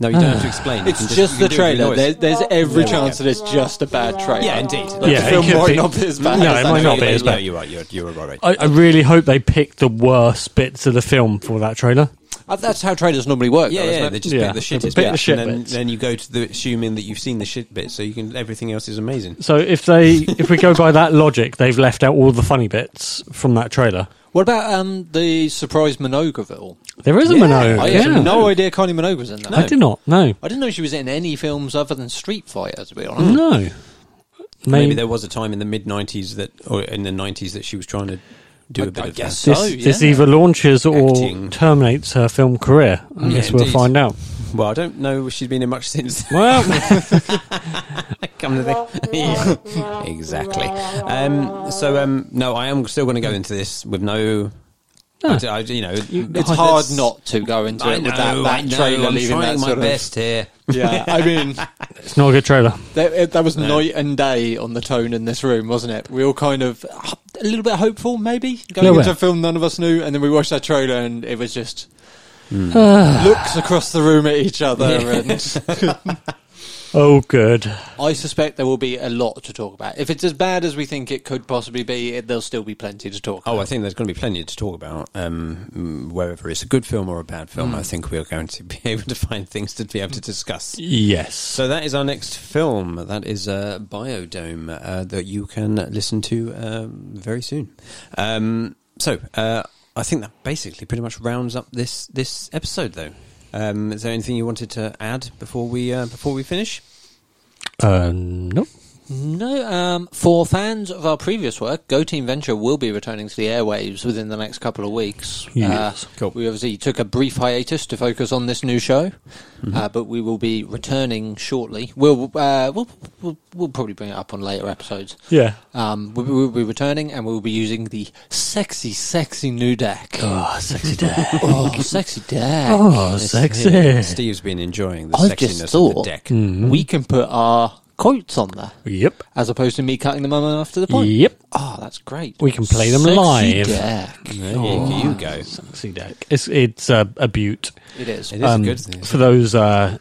A: No, you don't have to explain. You
B: It's
A: can
B: just,
A: you
B: the
A: can do it with your
B: trailer.
A: noise.
B: There's, there's every chance that it's just a bad trailer.
A: yeah, indeed.
B: Like,
C: Yeah,
B: the
C: it
B: film
C: could
B: might
C: be.
B: not be as bad.
C: No,
B: as
C: it
B: that
C: might not
B: trailer
C: be as
B: is.
A: No,
C: bad. Oh,
A: you're right. You're, you're right.
C: I, I really hope they pick the worst bits of the film for that trailer.
B: Uh, That's how trailers normally work.
A: Yeah,
B: though,
A: yeah,
B: isn't
A: they
B: it?
A: just
C: Yeah.
A: pick the shittest
C: Pick the
A: bit,
C: shit
A: and then,
C: bits.
A: then you go to the assuming that you've seen the shit bit, so you can everything else is amazing.
C: So if they, if we go by that logic, they've left out all the funny bits from that trailer.
B: What about um, the surprise Monogaville?
C: There is a Minogue.
B: I
C: yeah.
B: had no idea Connie Minogue was in that.
C: I did not. No,
B: Oh, I didn't know she was in any films other than Street Fighter, to be honest.
C: no.
A: Maybe,
C: Maybe,
A: there was a time in the mid '90s that, or in the '90s, that she was trying to do a bit
B: I
A: of
B: guess
A: that.
C: this,
B: so,
C: this
B: yeah.
C: either launches or
A: Acting.
C: terminates her film career. I
A: Yeah,
C: guess we'll
A: indeed.
C: find out.
A: Well, I don't know. if She's been in much since.
C: Well,
A: Come to think, exactly. Um, so, um, no, I am still going to go into this with no.
C: No.
A: I, I- you know,
B: It's hard not to go into
A: I
B: it
A: know,
B: with that,
A: I
B: that
A: know,
B: trailer
A: I'm
B: leaving
A: trying
B: that
A: my
B: sort
A: best here.
B: of. Yeah, I mean,
C: it's not a good trailer.
B: that, it- that was night and day on the tone in this room, wasn't it? We all kind of uh, a little bit hopeful, maybe going
C: Little
B: into
C: bit.
B: a film none of us knew, and then we watched that trailer, and it was just Hmm. looks across the room at each other, and
C: Oh, good.
B: I suspect there will be a lot to talk about. If it's as bad as we think it could possibly be, it, there'll still be plenty to talk.
A: Oh, I think there's going to be plenty to talk about, um, mm, whether it's a good film or a bad film. I think we are going to be able to find things to be able to discuss.
C: Yes.
A: So that is our next film. That is uh, Biodome uh, that you can listen to um, very soon. Um, so uh, I think that basically pretty much rounds up this this episode, though. Um, is there anything you wanted to add before we uh, before we finish?
C: um, nope.
B: No, um, for fans of our previous work, Go Team Venture will be returning to the airwaves within the next couple of weeks.
C: Yes.
B: Uh, We obviously took a brief hiatus to focus on this new show,
C: Mm-hmm.
B: uh, but we will be returning shortly. We'll, uh, we'll we'll we'll probably bring it up on later episodes.
C: Yeah.
B: Um, we, we'll be returning, and we'll be using the sexy, sexy new deck.
C: Oh, sexy day.
B: Oh, sexy deck!
C: Oh,
B: Yes,
C: sexy.
A: Steve's been enjoying the
B: I've
A: sexiness of
B: just
A: the
B: thought Mm.
A: deck.
C: Mm-hmm.
B: we can put our quotes on there
C: Yep.
B: as opposed to me cutting them on after the point.
C: Yep.
B: Oh, that's great.
C: We can play them
B: Sexy
C: live.
B: deck.
A: There you, you go.
C: Sexy deck. It's it's uh, a beaut.
B: It is.
A: It is
C: Um,
A: a good thing.
C: For those uh,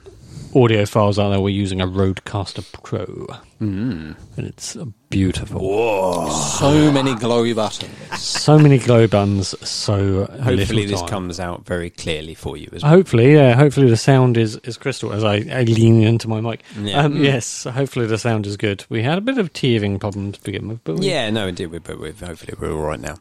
C: audio files out there, we're using a Rodecaster Pro, mm.
A: Hmm.
C: and it's beautiful.
B: So many glory buttons.
C: So many glow buns. So
A: Hopefully,
C: little
A: this
C: time.
A: comes out very clearly for you as well.
C: Hopefully, yeah. Hopefully, the sound is, is crystal as I, I lean into my mic.
A: Yeah. Mm.
C: Um, yes, hopefully the sound is good. We had a bit of teething problem to begin with, but we,
A: Yeah, no, indeed. We, but we hopefully we're all right now.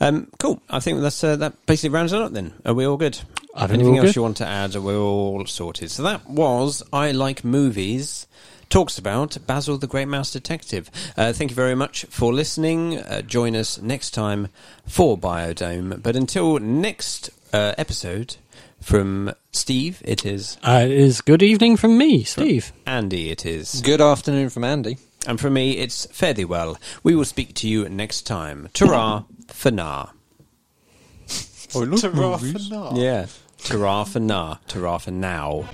A: Um, cool. I think that's uh, that basically rounds it up. Then are we all good?
C: I think we're
A: Anything
C: all
A: else
C: good.
A: you want to add? We're all sorted. So that was I like movies. Talks about Basil the Great Mouse Detective. Uh, thank you very much for listening. Uh, join us next time for Biodome. But until next uh, episode, from Steve, it is.
C: Uh, it is good evening from me, Steve.
A: Andy, it is.
B: Good afternoon from Andy.
A: And for me, it's fare thee well. We will speak to you next time. Ta-ra for now.
D: I like movies.
A: Yeah. Ta-ra for now. Ta-ra for now.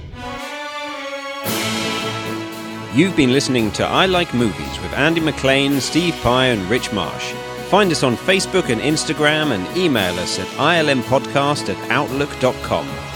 A: You've been listening to I Like Movies with Andy McLean, Steve Pye, and Rich Marsh. Find us on Facebook and Instagram and email us at ilmpodcast at outlook.com.